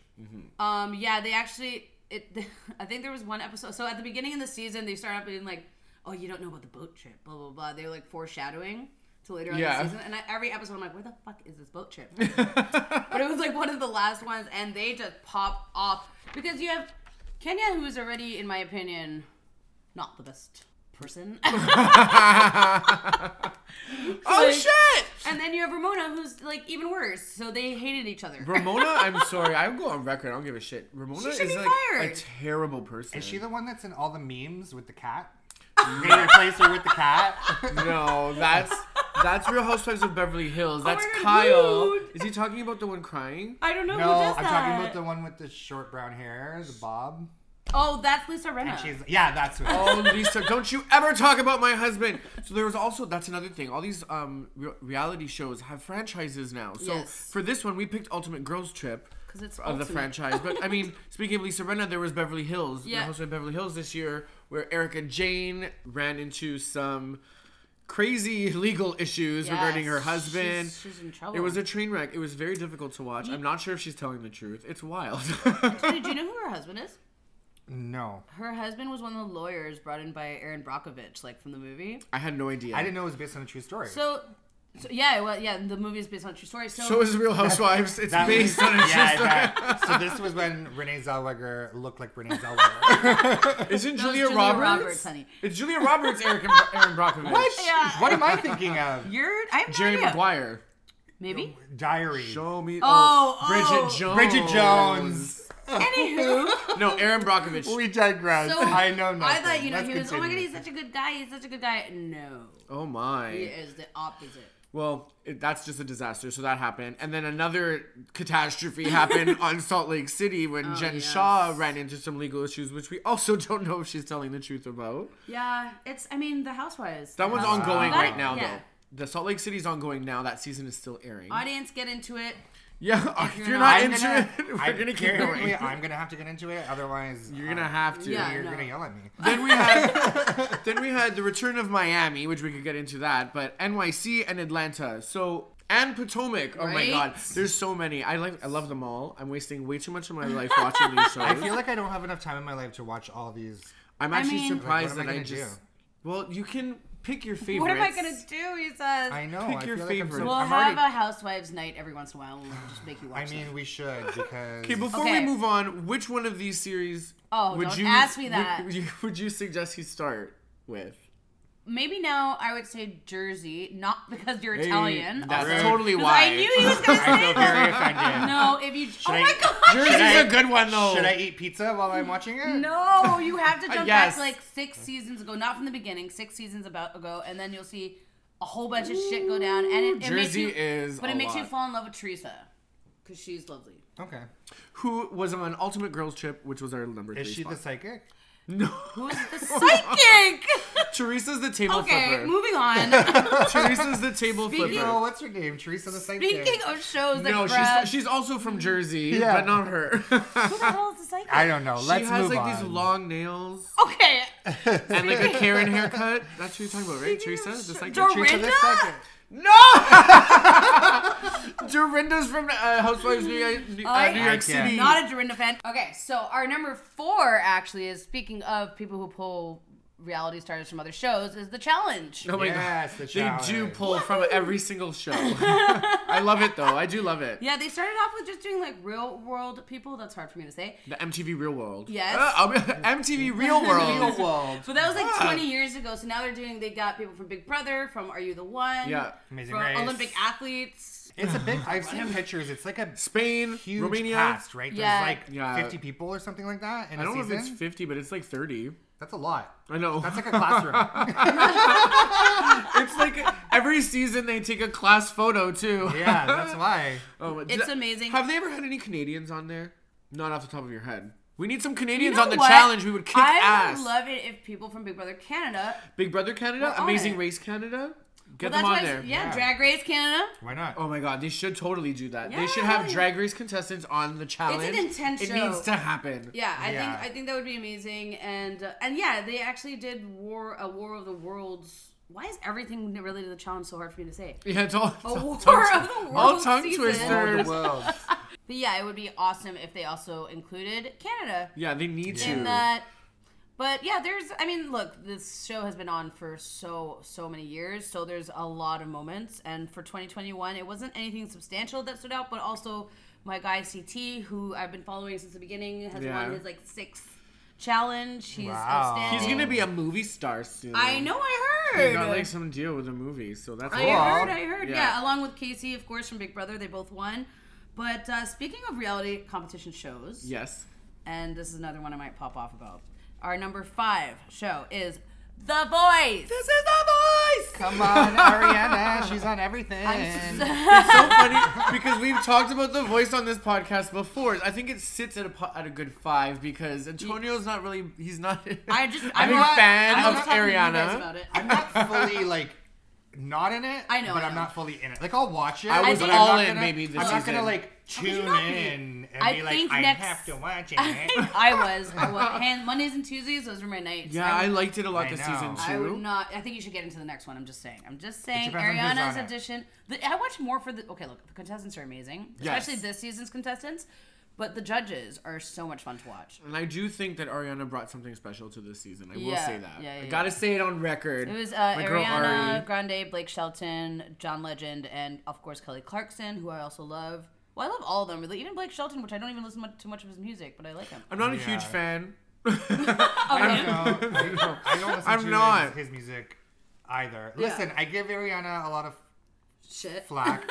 S2: Um, yeah, they actually. It. *laughs* I think there was one episode. So at the beginning of the season, they started up being like, "Oh, you don't know about the boat trip." Blah blah blah. They were like foreshadowing to later on
S4: Yeah.
S2: in the season. And I, every episode, I'm like, "Where the fuck is this boat trip?" but it was like one of the last ones, and they just pop off because you have Kenya, who is already, in my opinion, not the best person. *laughs*
S4: Oh
S2: Like-
S4: shit!
S2: and then you have Ramona, who's like even worse. So they hated each other.
S4: Ramona, I'm sorry. I will go on record. I don't give a shit. Ramona
S2: She
S4: is
S2: should be
S4: like a
S2: fired.
S4: terrible person.
S3: Is she the one that's in all the memes with the cat? *laughs* They replace her with the *laughs* cat.
S4: No, that's that's Real Housewives of Beverly Hills. That's
S2: Oh my God,
S4: Kyle.
S2: dude.
S4: Is he talking about the one crying?
S2: *laughs* I don't know who
S3: No,
S2: does
S3: I'm
S2: that.
S3: talking about the one with the short brown hair, the bob.
S2: Oh, that's Lisa Renna.
S3: She's yeah, that's what.
S4: Oh, Lisa, don't you ever talk about my husband. So there was also that's another thing. All these um re- reality shows have franchises now. So
S2: Yes.
S4: for this one, we picked Ultimate Girls Trip
S2: 'Cause it's
S4: of
S2: ultimate.
S4: the franchise. But
S2: *laughs*
S4: I mean, speaking of Lisa Renna, there was Beverly Hills,
S2: Yeah.
S4: the host of Beverly Hills this year, where Erica Jane ran into some crazy *laughs* legal issues regarding her
S2: Yes,
S4: husband.
S2: she's- she's in trouble.
S4: It was a train wreck. It was very difficult to watch. I'm not sure if she's telling the truth. It's wild.
S2: Did you know who her husband is?
S3: No,
S2: Her husband was one of the lawyers brought in by Aaron Brockovich, like from the movie.
S4: *laughs* I had no idea.
S3: I didn't know it was based on a true story. *laughs*
S2: So, so yeah, well, yeah, the movie is based on a true story. So,
S4: So is Real Housewives. It's
S3: That was-
S4: based on a true
S3: yeah,
S4: story.
S3: that- So this was when Renee Zellweger looked like Renee *laughs*
S2: That
S3: Zellweger.
S4: Isn't
S2: was
S4: Julia,
S2: Julia
S4: Roberts?
S2: Roberts, honey.
S4: It's Julia Roberts, Eric, Aaron Brockovich.
S2: Yeah.
S3: What am I thinking *laughs* of?
S2: you're I have no
S4: Jerry
S2: idea.
S4: Maguire.
S3: *laughs*
S2: Maybe.
S3: Diary.
S4: Show me.
S2: Oh, oh.
S4: Bridget Jones.
S3: Bridget Jones.
S2: Anywho,
S4: No, Aaron Brockovich.
S3: We digress.
S2: so
S3: *laughs* I know nothing.
S2: I thought you know
S3: Let's
S2: he was. Oh my god,
S3: continue.
S2: he's such a good guy. He's such a good guy. No,
S4: oh my.
S2: he is the opposite.
S4: Well, it, that's just a disaster. So that happened, and then another catastrophe happened
S2: *laughs*
S4: on Salt Lake City when Jen
S2: Oh, yes.
S4: Shaw ran into some legal issues, which we also don't know if she's telling the truth about.
S2: Yeah, it's. I mean, the housewives.
S4: That one's
S2: Housewives.
S4: ongoing
S2: Uh, That-
S4: right now,
S2: yeah.
S4: though. The Salt Lake City's ongoing now. That season is still airing.
S2: Audience, get into it.
S4: yeah, *laughs* if
S2: you're
S4: you're,
S2: not-
S4: not
S3: I'm
S4: into
S3: gonna,
S4: it, we're
S3: I'm,
S4: gonna keep
S3: technically,
S4: going.
S3: I'm gonna have to get into it. Otherwise,
S4: You're gonna
S3: uh,
S4: have to.
S2: Yeah,
S3: You're
S2: no.
S3: gonna yell at me.
S4: Then we had
S3: *laughs*
S4: then we had the return of Miami, which we could get into that, but NYC and Atlanta. So and Potomac. Oh my
S2: Right?
S4: god. There's so many. I like I love them all. I'm wasting way too much of my life
S2: *laughs*
S4: watching these shows.
S3: I feel like I don't have enough time in my life to watch all these.
S4: I'm actually
S2: mean-
S4: surprised
S3: Like, what am I
S4: that I
S3: gonna
S4: just
S3: do?
S4: Well, you can pick your favorites.
S2: What am I gonna do? He says.
S3: I know.
S4: Pick
S3: I feel
S4: your
S3: like I'm so-
S4: favorite.
S2: We'll
S3: I'm
S2: have
S3: already-
S2: a housewives night every once in a while. We'll just make you watch.
S3: I mean,
S2: *laughs*
S3: we should because
S4: Okay, before
S2: Okay.
S4: we move on, which one of these series
S2: Oh,
S4: would
S2: don't
S4: you
S2: ask me that.
S4: Would, you- would you suggest he start with?
S2: them. maybe now I would say Jersey, not because you're
S4: Hey,
S2: Italian.
S4: That's
S2: also.
S4: totally
S2: 'Cause
S4: why.
S2: I knew
S4: *laughs*
S2: he was gonna
S3: I
S2: say
S3: feel
S2: that.
S3: very offended.
S2: No, if you. oh
S3: I-
S2: my god.
S4: Jersey's
S3: I-
S4: a good one though.
S3: Should I eat pizza while I'm watching it?
S2: No, you have to jump
S4: Uh, Yes.
S2: back like six seasons ago, not from the beginning, six seasons about ago, and then you'll see a whole bunch of shit go down. And it, it makes
S4: Jersey
S2: you,
S4: is
S2: but
S4: a
S2: it makes you
S4: lot.
S2: fall in love with Teresa, because she's lovely.
S3: Okay.
S4: who was on Ultimate Girls Trip, which was our number
S3: Is
S4: three
S3: she
S4: spot.
S3: the psychic?
S4: No.
S2: *laughs* Who's the
S4: *laughs*
S2: psychic?
S4: Teresa's the table
S2: okay,
S4: flipper.
S2: moving
S4: *laughs*
S2: on.
S4: Teresa's the table
S2: Speaking-
S3: Oh,
S4: flipper.
S3: what's her name? Teresa the Psychic.
S2: Speaking of shows that
S4: No,
S2: grab,
S4: she's she's also from Jersey,
S3: Yeah.
S4: but not her. *laughs*
S2: who the hell is the psychic?
S3: I don't know. Let's
S4: she has
S3: move
S4: like
S3: on.
S4: these long nails
S2: okay,
S4: *laughs* and like a Karen haircut. That's who you're talking about, right? Teresa, the psychic.
S2: Dorinda?
S3: Teresa the Psychic.
S4: No. Dorinda's from uh, Housewives New, New, uh,
S2: I-
S4: New
S2: I
S4: York
S3: can't.
S4: City.
S2: Not a Dorinda fan. Okay, so our number four actually is speaking of people who pull reality stars from other shows is the challenge.
S4: Oh my
S3: Yes, the
S4: god. They do
S3: challenge.
S4: pull from every
S2: *laughs*
S4: single show. I love it though. I do love it.
S2: Yeah, they started off with just doing like real world people. That's hard for me to say.
S4: The MTV Real World.
S2: Yes.
S4: Uh, I'll
S2: *laughs*
S4: be- *laughs* MTV Real
S3: Real
S4: World.
S3: world.
S2: But that was like 20 years ago. So now they're doing. They got people from Big Brother, from Are You the One?
S4: Yeah.
S3: Amazing
S2: From
S3: Race.
S2: Olympic athletes.
S3: It's a big. I've seen pictures. It's like a
S4: Spain,
S3: huge
S4: Romania.
S3: cast, right?
S2: Yeah.
S3: There's like
S4: Yeah.
S3: 50 people or something like that in
S4: I
S3: a
S4: don't know if
S3: season.
S4: it's 50, but it's like 30.
S3: That's a lot.
S4: I know.
S3: That's like a classroom.
S4: *laughs*
S3: *laughs*
S4: it's like every season they take a class photo too. *laughs*
S3: yeah, that's why.
S4: Oh, but
S2: It's
S4: did-
S2: amazing.
S4: Have they ever had any Canadians on there? Not off the top of your head. We need some Canadians
S2: You know
S4: on the
S2: what?
S4: challenge. We would kick
S2: I
S4: ass.
S2: would love it if people from Big Brother Canada.
S4: Big Brother Canada,
S2: We're on
S4: Amazing
S2: it.
S4: Race Canada. Get
S2: Well, that's
S4: them
S2: why.
S4: on there.
S2: Yeah,
S3: Yeah.
S2: Drag Race Canada.
S3: Why not?
S4: Oh my god, they should totally do that. They should
S2: Yeah.
S4: have Drag Race contestants on the challenge.
S2: intense
S4: It
S2: show.
S4: needs to happen.
S2: Yeah, I
S3: Yeah.
S2: think I think that would be amazing, and uh, and yeah, they actually did war a War of the Worlds. Why is everything related to the challenge so hard for me to say?
S4: Yeah, it's all,
S2: *laughs*
S4: it's
S2: A
S4: all
S2: War
S4: tongue,
S2: of the Worlds
S4: all tongue
S2: season.
S4: twisters.
S3: All the
S2: *laughs*
S3: world.
S2: But yeah, it would be awesome if they also included Canada
S4: Yeah, they need
S2: in
S4: to.
S2: that. But yeah, there's I mean, look, this show has been on for so so many years, so there's a lot of moments, and for 2021, it wasn't anything substantial that stood out, but also my guy CT, who I've been following since the beginning, has
S4: Yeah.
S2: won his like sixth challenge. He's
S3: Wow.
S2: outstanding.
S4: He's gonna be a movie star soon.
S2: I know, I
S4: He
S2: heard.
S4: got like some deal with a movie, so that's
S2: I
S4: cool.
S2: heard, I heard. Yeah.
S4: Yeah.
S2: along with Casey, of course, from Big Brother, they both won. But uh, speaking of reality competition shows,
S4: Yes.
S2: and this is another one I might pop off about. Our number five show is The Voice.
S4: This is the voice.
S3: Come on, Ariana. She's on everything.
S2: *laughs*
S4: It's so funny *laughs* because we've talked about the voice on this podcast before. I think it sits at a po- at a good five because Antonio's not really he's not.
S2: I just I'm,
S4: *laughs* I'm a
S2: not-
S4: fan
S2: I'm
S4: of
S2: not talking to you guys
S4: Ariana.
S2: about it.
S3: *laughs*
S2: *laughs*
S3: I'm not fully like not in it.
S2: I know,
S3: but
S2: I
S3: I'm
S2: know.
S3: not fully in it. Like I'll watch it.
S4: I
S2: was
S3: but
S2: all
S3: I'm not
S4: in
S3: gonna,
S4: maybe this
S3: I'm not gonna
S4: season.
S3: like
S2: could you
S3: tune
S2: not be?
S3: in and
S2: I
S3: be like,
S2: think
S3: I
S2: next-
S3: have to watch
S2: *laughs*
S3: it. *laughs*
S2: I was. I was. And Mondays and Tuesdays, those were my nights.
S4: yeah, I liked it a lot
S3: I
S4: this
S3: know.
S4: season
S2: I would
S4: too.
S2: not. I think you should get into the next one. I'm just saying. I'm just saying.
S3: depends on who's
S2: Ariana's
S3: on it.
S2: audition. The, I watch more for the. Okay, look, the contestants are amazing,
S4: Yes.
S2: especially this season's contestants. But the judges are so much fun to watch.
S4: And I do think that Ariana brought something special to this season. I will
S2: Yeah,
S4: say that.
S2: yeah,
S4: I
S2: yeah,
S4: gotta say it on record.
S2: It was uh,
S4: My girl
S2: Ariana
S4: Ari.
S2: Grande, Blake Shelton, John Legend, and of course Kelly Clarkson, who I also love. Well, I love all of them really. Even Blake Shelton, which I don't even listen much, too much of his music, but I like him.
S4: I'm not a
S3: Yeah.
S4: huge fan.
S2: Okay.
S3: I know. I don't listen
S4: I'm
S3: to
S4: not.
S3: His, his music either. Listen, I give Ariana a lot of
S2: Shit.
S3: flack.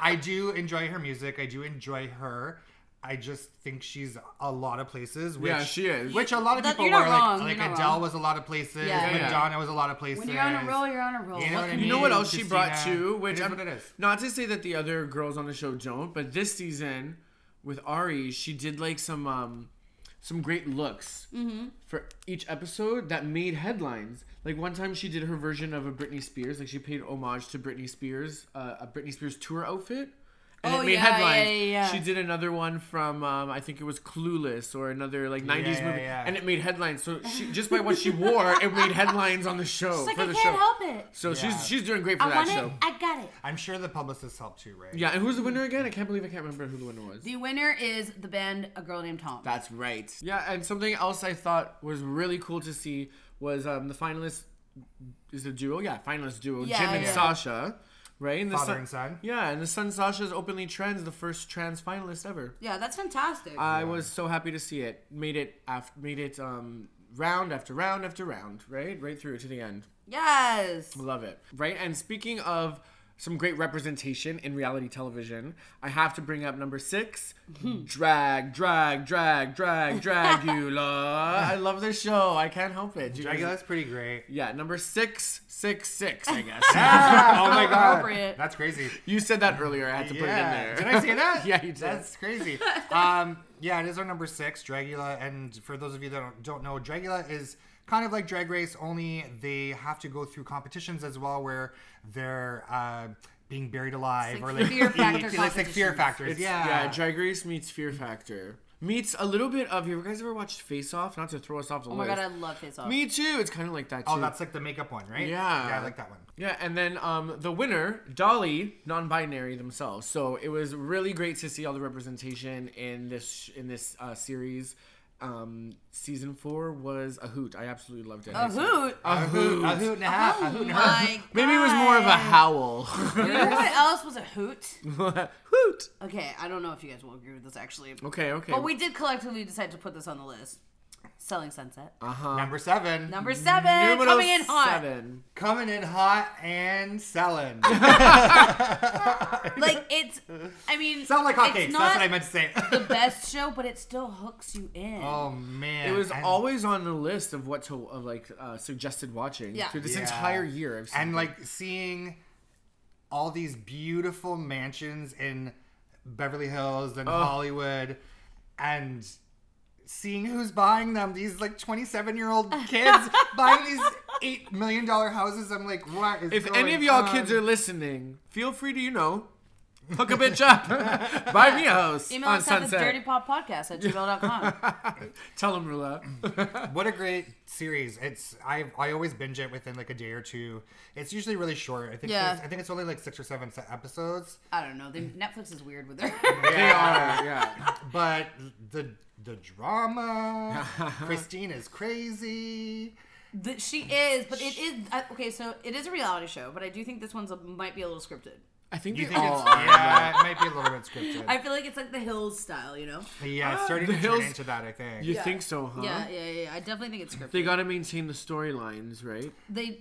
S3: I do enjoy her music. I do enjoy her. I just think she's a lot of places. Which,
S4: Yeah, she is.
S3: Which a lot of
S2: That-
S3: people
S2: you're
S3: were
S2: not
S3: like,
S2: wrong,
S3: like
S2: you're not
S3: Adele
S2: wrong.
S3: was a lot of places.
S2: Yeah,
S4: yeah.
S3: Madonna was a lot of places.
S2: When you're on a roll, you're on a roll.
S3: You know
S2: What
S3: what I
S2: can
S4: You know what else she brought
S3: Christina.
S4: too, which
S3: It is
S4: I'm,
S3: what it is.
S4: not to say that the other girls on the show don't, but this season with Ari, she did like some um some great looks
S2: Mm-hmm.
S4: for each episode that made headlines. Like one time she did her version of a Britney Spears, like she paid homage to Britney Spears, uh, a Britney Spears tour outfit. And
S2: Oh,
S4: it made
S2: yeah,
S4: headlines.
S2: yeah, yeah, yeah.
S4: She did another one from um, I think it was Clueless or another like '90s
S3: yeah,
S4: movie,
S3: yeah.
S4: and it made headlines. So she just by what she wore, it made headlines on the show
S2: She's like,
S4: for
S2: I
S4: the
S2: can't
S4: show.
S2: help it.
S4: So
S3: Yeah.
S4: she's she's doing great for
S2: I
S4: that
S2: want
S4: show.
S2: it. I got it.
S3: I'm sure the publicists helped too, right?
S4: Yeah, and who's the winner again? I can't believe I can't remember who the winner was.
S2: The winner is the band A Girl Named Tom.
S4: That's right. Yeah, and something else I thought was really cool to see was um, the finalists is a duo. Yeah, finalist duo,
S2: Yeah,
S4: Jim and
S2: yeah.
S4: Sasha, right? And the
S3: Father and son.
S4: Yeah, and the son Sasha is openly trans, the first trans finalist ever.
S2: yeah, that's fantastic.
S4: I was so happy to see it. Made it after made it um, round after round after round, right? Right through to the end.
S2: yes.
S4: Love it. Right? And speaking of some great representation in reality television, I have to bring up number six
S2: *laughs*
S4: drag, drag, drag, drag, Dragula. I love this show. I can't help it. Do you guys-
S3: Dragula's pretty great.
S4: Yeah, number six, six, six, I guess. *laughs*
S3: oh my
S2: Appropriate.
S3: god, that's crazy.
S4: you said that earlier. I had to put it in there. *laughs*
S3: *laughs* Did I say that?
S1: *laughs*
S4: Yeah, you did.
S3: That's crazy. Um, Yeah, it is our number six, Dragula. And for those of you that don't- don't know, Dragula is kind of like Drag Race, only they have to go through competitions as well where they're uh, being buried alive
S1: It's
S3: or
S1: like
S3: like *laughs*
S1: fear factor
S3: it's like fear
S1: competitions.
S3: factors.
S4: It's,
S3: yeah.
S4: yeah. Drag Race meets Fear Factor. Meets a little bit of. Have you guys ever watched Face Off? Not to throw us off the
S2: Oh my
S4: list.
S2: god, I love his off.
S4: Me too. It's kind of like that too.
S3: oh, that's like the makeup one, right?
S4: Yeah.
S3: Yeah, I like that one.
S4: Yeah, and then um, the winner, Dolly, non-binary themselves. So it was really great to see all the representation in this in this uh, series. Um, season four was a hoot. I absolutely loved it.
S2: A hoot. Oh
S4: A hoot.
S3: A hoot and a half.
S1: Oh.
S3: a hoot and a half.
S2: My
S4: *laughs* Maybe it was more of a
S2: God.
S4: howl.
S2: You know what else was a hoot?
S4: *laughs* hoot.
S2: Okay, I don't know if you guys will agree with this actually.
S4: Okay. Okay.
S2: But we did collectively decide to put this on the list. Selling Sunset.
S4: Uh-huh.
S3: Number seven.
S2: Number seven,
S4: Uh, Numero
S2: coming in hot.
S4: Seven.
S3: Coming in hot
S1: *laughs*
S3: and selling.
S2: *laughs* Like it's, I mean,
S3: Sound like hotcakes.
S2: It's
S3: That's what I
S2: not
S3: meant to say.
S2: the best show, but it still hooks you in.
S3: *laughs* oh man.
S4: It was
S3: And-
S4: always on the list of what to of like uh, suggested watching
S2: Yeah.
S4: through this
S3: Yeah.
S4: entire year. I've seen
S3: and
S4: it.
S3: like seeing all these beautiful mansions in Beverly Hills and Hollywood and seeing who's buying them these like 27 year
S4: *laughs*
S3: old kids buying these 8 million dollar houses i'm like what is
S4: If
S3: going
S4: any of y'all
S3: on?
S4: kids are listening, feel free to, you know, hook a bitch
S3: *laughs*
S4: up. Buy me a house
S2: Email
S4: on
S2: us at the Dirty
S4: Sunset.
S2: Pop Podcast at
S4: *laughs*
S2: gmail.com.
S4: Tell them, Rula.
S3: what a great series it's i i always binge it within like a day or two it's usually really short i think
S2: Yeah.
S3: it's- i think it's only like 6 or 7 se- episodes
S2: I don't know. They, Netflix is weird with their.
S4: *laughs* They are, yeah.
S3: But the the
S4: *laughs*
S3: drama, Christine is crazy.
S2: That she is, but it is uh, okay. So it is a reality show, but I do think this one's a, might be a little scripted.
S4: I think
S3: You
S4: they
S3: think
S4: all
S3: it's
S4: are.
S3: yeah, it might be a little bit scripted.
S2: I feel like it's like the Hills style, you know?
S3: yeah, it's starting
S4: the
S3: to
S4: hills-
S3: turn into that. I think.
S4: You think so, huh?
S2: Yeah, yeah, yeah, yeah. I definitely think it's scripted.
S4: They gotta maintain the storylines, right?
S2: they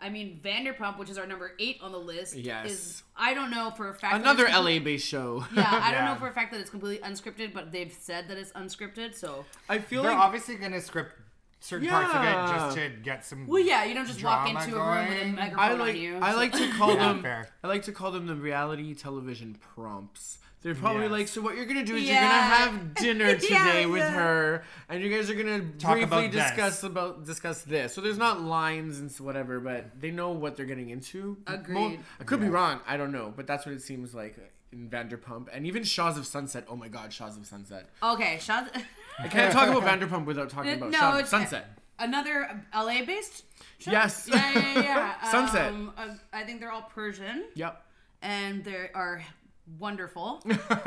S2: I mean Vanderpump, which is our number eight on the list,
S4: Yes.
S2: is I don't know for a fact. that
S4: Another
S2: it's
S4: LA
S2: complete-
S4: based show.
S2: Yeah, I don't
S3: Yeah.
S2: know for a fact that it's completely unscripted, but they've said that it's unscripted. So,
S4: I feel
S3: They're
S4: like.
S3: obviously gonna script certain parts of it just
S4: Yeah.
S3: to get some.
S2: well, yeah, you don't just walk
S3: Drama
S2: into a room with a
S3: going.
S2: microphone
S4: I
S2: on
S4: like
S2: you.
S4: I
S2: so- *laughs*
S4: like to call
S3: Yeah,
S4: them
S3: fair.
S4: I like to call them the reality television prompts. They're probably
S3: Yes.
S4: like, so what you're gonna do is
S2: Yeah.
S4: you're gonna have dinner
S2: *laughs* Yeah,
S4: today with
S2: yeah.
S4: her, and you guys are gonna
S3: Talk
S4: briefly
S3: about this.
S4: discuss about discuss this. So there's not lines and s- whatever, but they know what they're getting into. Mo-
S2: Agreed.
S4: I could be wrong. I don't know, but that's what it seems like in Vanderpump, and even Shaws of Sunset. Oh my God, Shaws of Sunset.
S2: okay, Shaz-
S4: I can't talk about Vanderpump without talking about Shaws of Sunset.
S2: *laughs* Another LA based.
S4: Yes.
S2: Yeah, yeah, yeah. yeah.
S4: *laughs* Sunset.
S2: Um, uh, I think they're all Persian,
S4: Yep.
S2: and they are wonderful, *laughs*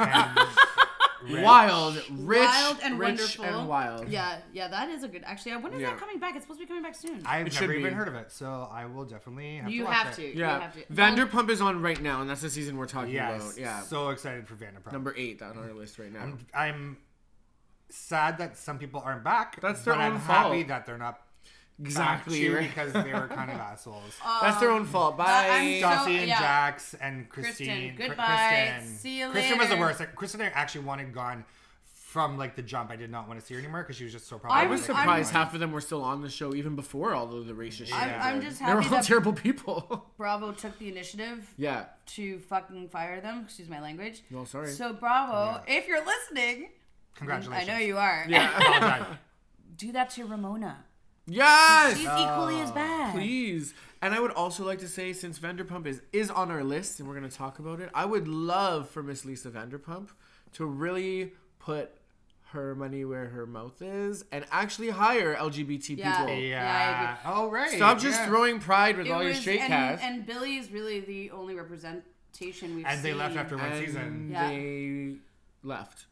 S4: Wild, *laughs* rich,
S2: wild and
S4: rich
S2: wonderful,
S4: and wild.
S2: Yeah, yeah, that is a good. Actually, I wonder if
S4: Yeah.
S2: that coming back. It's supposed to be coming back soon.
S3: I've
S4: It should
S3: never even
S4: be.
S3: heard of it, so I will definitely. Have
S2: you
S3: to watch
S2: have
S3: it.
S2: to. You
S4: Yeah,
S2: have to. Well,
S4: Vanderpump is on right now, and that's the season we're talking
S3: Yes.
S4: about. Yeah,
S3: So excited for Vanderpump.
S4: number eight on our list right now.
S3: I'm sad that some people aren't back.
S4: That's their
S3: but I'm
S4: own
S3: happy
S4: fault.
S3: that they're not back
S4: exactly,
S3: too,
S4: right?
S3: because they were kind
S4: *laughs*
S3: of assholes.
S4: that's their own fault. Bye.
S2: I'm so-
S3: Dossie and
S2: yeah.
S3: Jax and Christine.
S2: Kristen,
S3: Cr-
S2: goodbye.
S3: Kristen.
S2: See you
S3: Kristen was the
S2: later.
S3: worst. Like, Kristen I actually wanted gone from like the jump. I did not want to see her anymore because she was just
S2: I
S3: so
S4: I
S3: problematic.
S4: was
S2: I'm-
S4: surprised half of them were still on the show even before all of the racist shit.
S2: I'm,
S3: Yeah.
S2: I'm just
S4: they were
S2: happy
S4: all
S2: that
S4: terrible people. *laughs*
S2: Bravo took the initiative *laughs*
S4: yeah,
S2: to fucking fire them. Excuse my language.
S4: Well, sorry.
S2: So Bravo, if you're listening, I
S3: Congratulations. *laughs*
S2: know you are.
S4: yeah,
S3: Well done.
S2: Do that to Ramona. She's
S4: yes. Oh,
S2: equally as bad.
S4: Please. And I would also like to say, since Vanderpump is is on our list, and we're going to talk about it, I would love for Miss Lisa Vanderpump to really put her money where her mouth is and actually hire LGBT
S2: Yeah.
S4: people.
S2: Yeah, I
S3: yeah.
S2: agree.
S3: Oh right.
S4: Stop just
S3: yeah.
S4: throwing pride with
S2: It
S4: all your
S2: was-
S4: straight
S2: and,
S4: cast.
S2: and Billy is really the only representation we've
S3: And they
S2: seen.
S3: left after one season.
S2: Yeah.
S4: they left.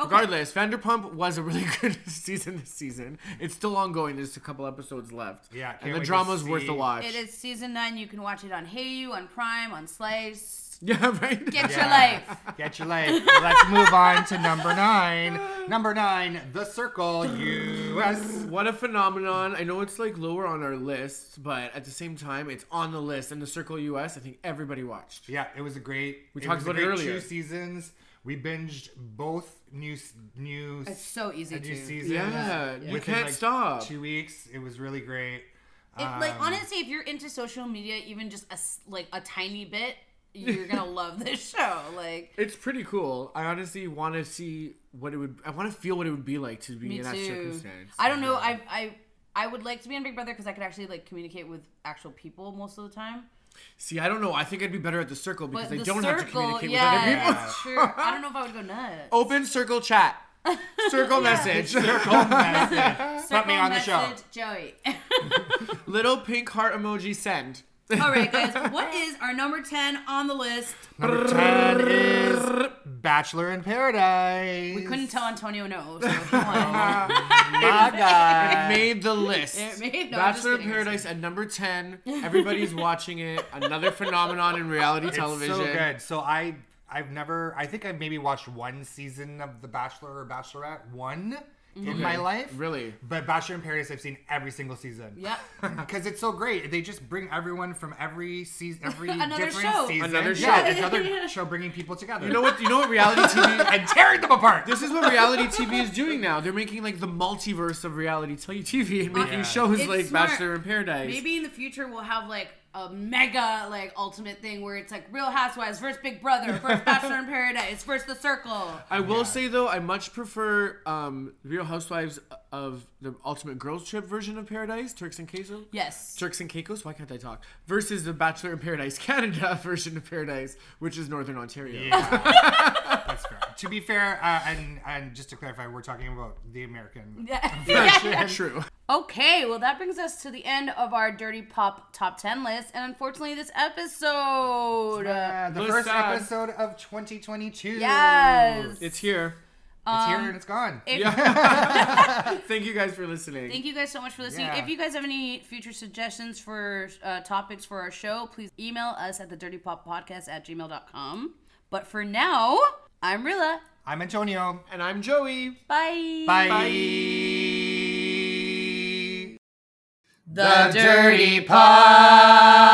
S2: Okay.
S4: Regardless, Vanderpump was a really *laughs* good season this season. It's still ongoing. There's a couple episodes left.
S3: Yeah, can't
S4: and the
S3: wait to
S4: drama's worth
S3: see.
S4: a watch.
S2: It is season nine. You can watch it on Heyu, on Prime, on Slice.
S4: *laughs* Yeah, right.
S2: Get
S3: Yeah.
S2: your life.
S3: Get your life. Let's move on to number nine. Number nine, The Circle U.S.
S4: *laughs* What a phenomenon. I know it's like lower on our list, but at the same time, it's on the list. And the Circle US, I think everybody watched.
S3: Yeah, it was a great.
S4: We
S3: it
S4: talked
S3: was a
S4: about it
S3: great
S4: earlier.
S3: Two seasons. We binged both new s- new
S2: It's so easy
S3: new
S2: to.
S3: seasons.
S4: Yeah, you
S3: within,
S4: can't
S3: like,
S4: stop.
S3: Two weeks. It was really great.
S2: It, like
S3: Um,
S2: honestly, if you're into social media, even just a s- like a tiny bit, you're *laughs* gonna love this show. Like
S4: It's pretty cool. I honestly want to see what it would. I want to feel what it would be like to be
S2: me
S4: in that
S2: too.
S4: circumstance.
S2: I don't know. I I I would like to be on Big Brother because I could actually like communicate with actual people most of the time.
S4: see. I don't know. I think I'd be better at the circle because
S2: But the
S4: I don't have to
S2: circle,
S4: communicate with
S2: yeah,
S4: other people. Oh,
S2: that's true. I don't know if I would go nuts.
S4: Open circle chat.
S2: *laughs*
S4: Circle message.
S2: Circle
S3: me on the show.
S2: message *laughs* Joey.
S4: Little pink heart emoji send.
S2: All right, guys. *laughs* What is our number ten on the list?
S3: Number 10 is Bachelor in Paradise.
S2: We couldn't tell Antonio no, so he
S4: *laughs* Oh,
S2: won.
S3: My God.
S4: Made the list.
S2: It made- no, I'm just
S4: Bachelor in
S2: kidding.
S4: Paradise at number
S2: *laughs*
S4: 10. Everybody's watching it. Another phenomenon in reality television.
S3: It's so good. So I I've never I think I've maybe watched one season of The Bachelor or Bachelorette, one in my life.
S4: Really?
S3: But Bachelor in Paradise I've seen every single season. *laughs*
S2: Yep.
S3: Because it's so great. They just bring everyone from every season
S2: *laughs*
S3: every
S2: Another
S3: different
S2: show.
S3: season.
S4: Another
S3: Yeah,
S4: show.
S3: it's
S2: *laughs*
S3: another
S2: Yeah.
S3: show bringing people together.
S4: You know what? You know what reality TV.
S3: *laughs* and tearing them apart.
S4: This is what reality TV is doing now. They're making like the multiverse of reality t- TV and making
S2: Yeah.
S4: shows
S2: It's
S4: like
S2: smart.
S4: Bachelor in Paradise.
S2: Maybe in the future we'll have like a mega like ultimate thing where it's like Real Housewives versus Big Brother versus Bachelor in Paradise versus The Circle.
S4: I will say though, I much prefer um, Real Housewives of the Ultimate Girls Trip version of Paradise, Turks and Caicos.
S2: Yes.
S4: Turks and Caicos. Why can't I talk? Versus the Bachelor in Paradise *laughs* Canada version of Paradise, which is Northern Ontario.
S3: *laughs* Yeah. That's fair. To be fair, uh, and and just to clarify, we're talking about the American.
S4: True.
S2: Okay, well, that brings us to the end of our Dirty Pop Top 10 list. And unfortunately, this episode.
S3: Uh, the
S4: Looks
S3: first
S4: sad.
S3: episode of 2022.
S2: Yes. Um,
S4: It's here.
S3: It's here and it's gone.
S4: Thank you guys for
S2: *laughs*
S4: listening.
S2: Thank you guys so much for listening.
S3: Yeah.
S2: If you guys have any future suggestions for uh, topics for our show, please email us at the Dirty Pop Podcast at gmail.com. But for now, I'm Rilla.
S3: I'm Antonio.
S4: and I'm Joey.
S2: Bye.
S3: Bye.
S1: The Dirty Pop.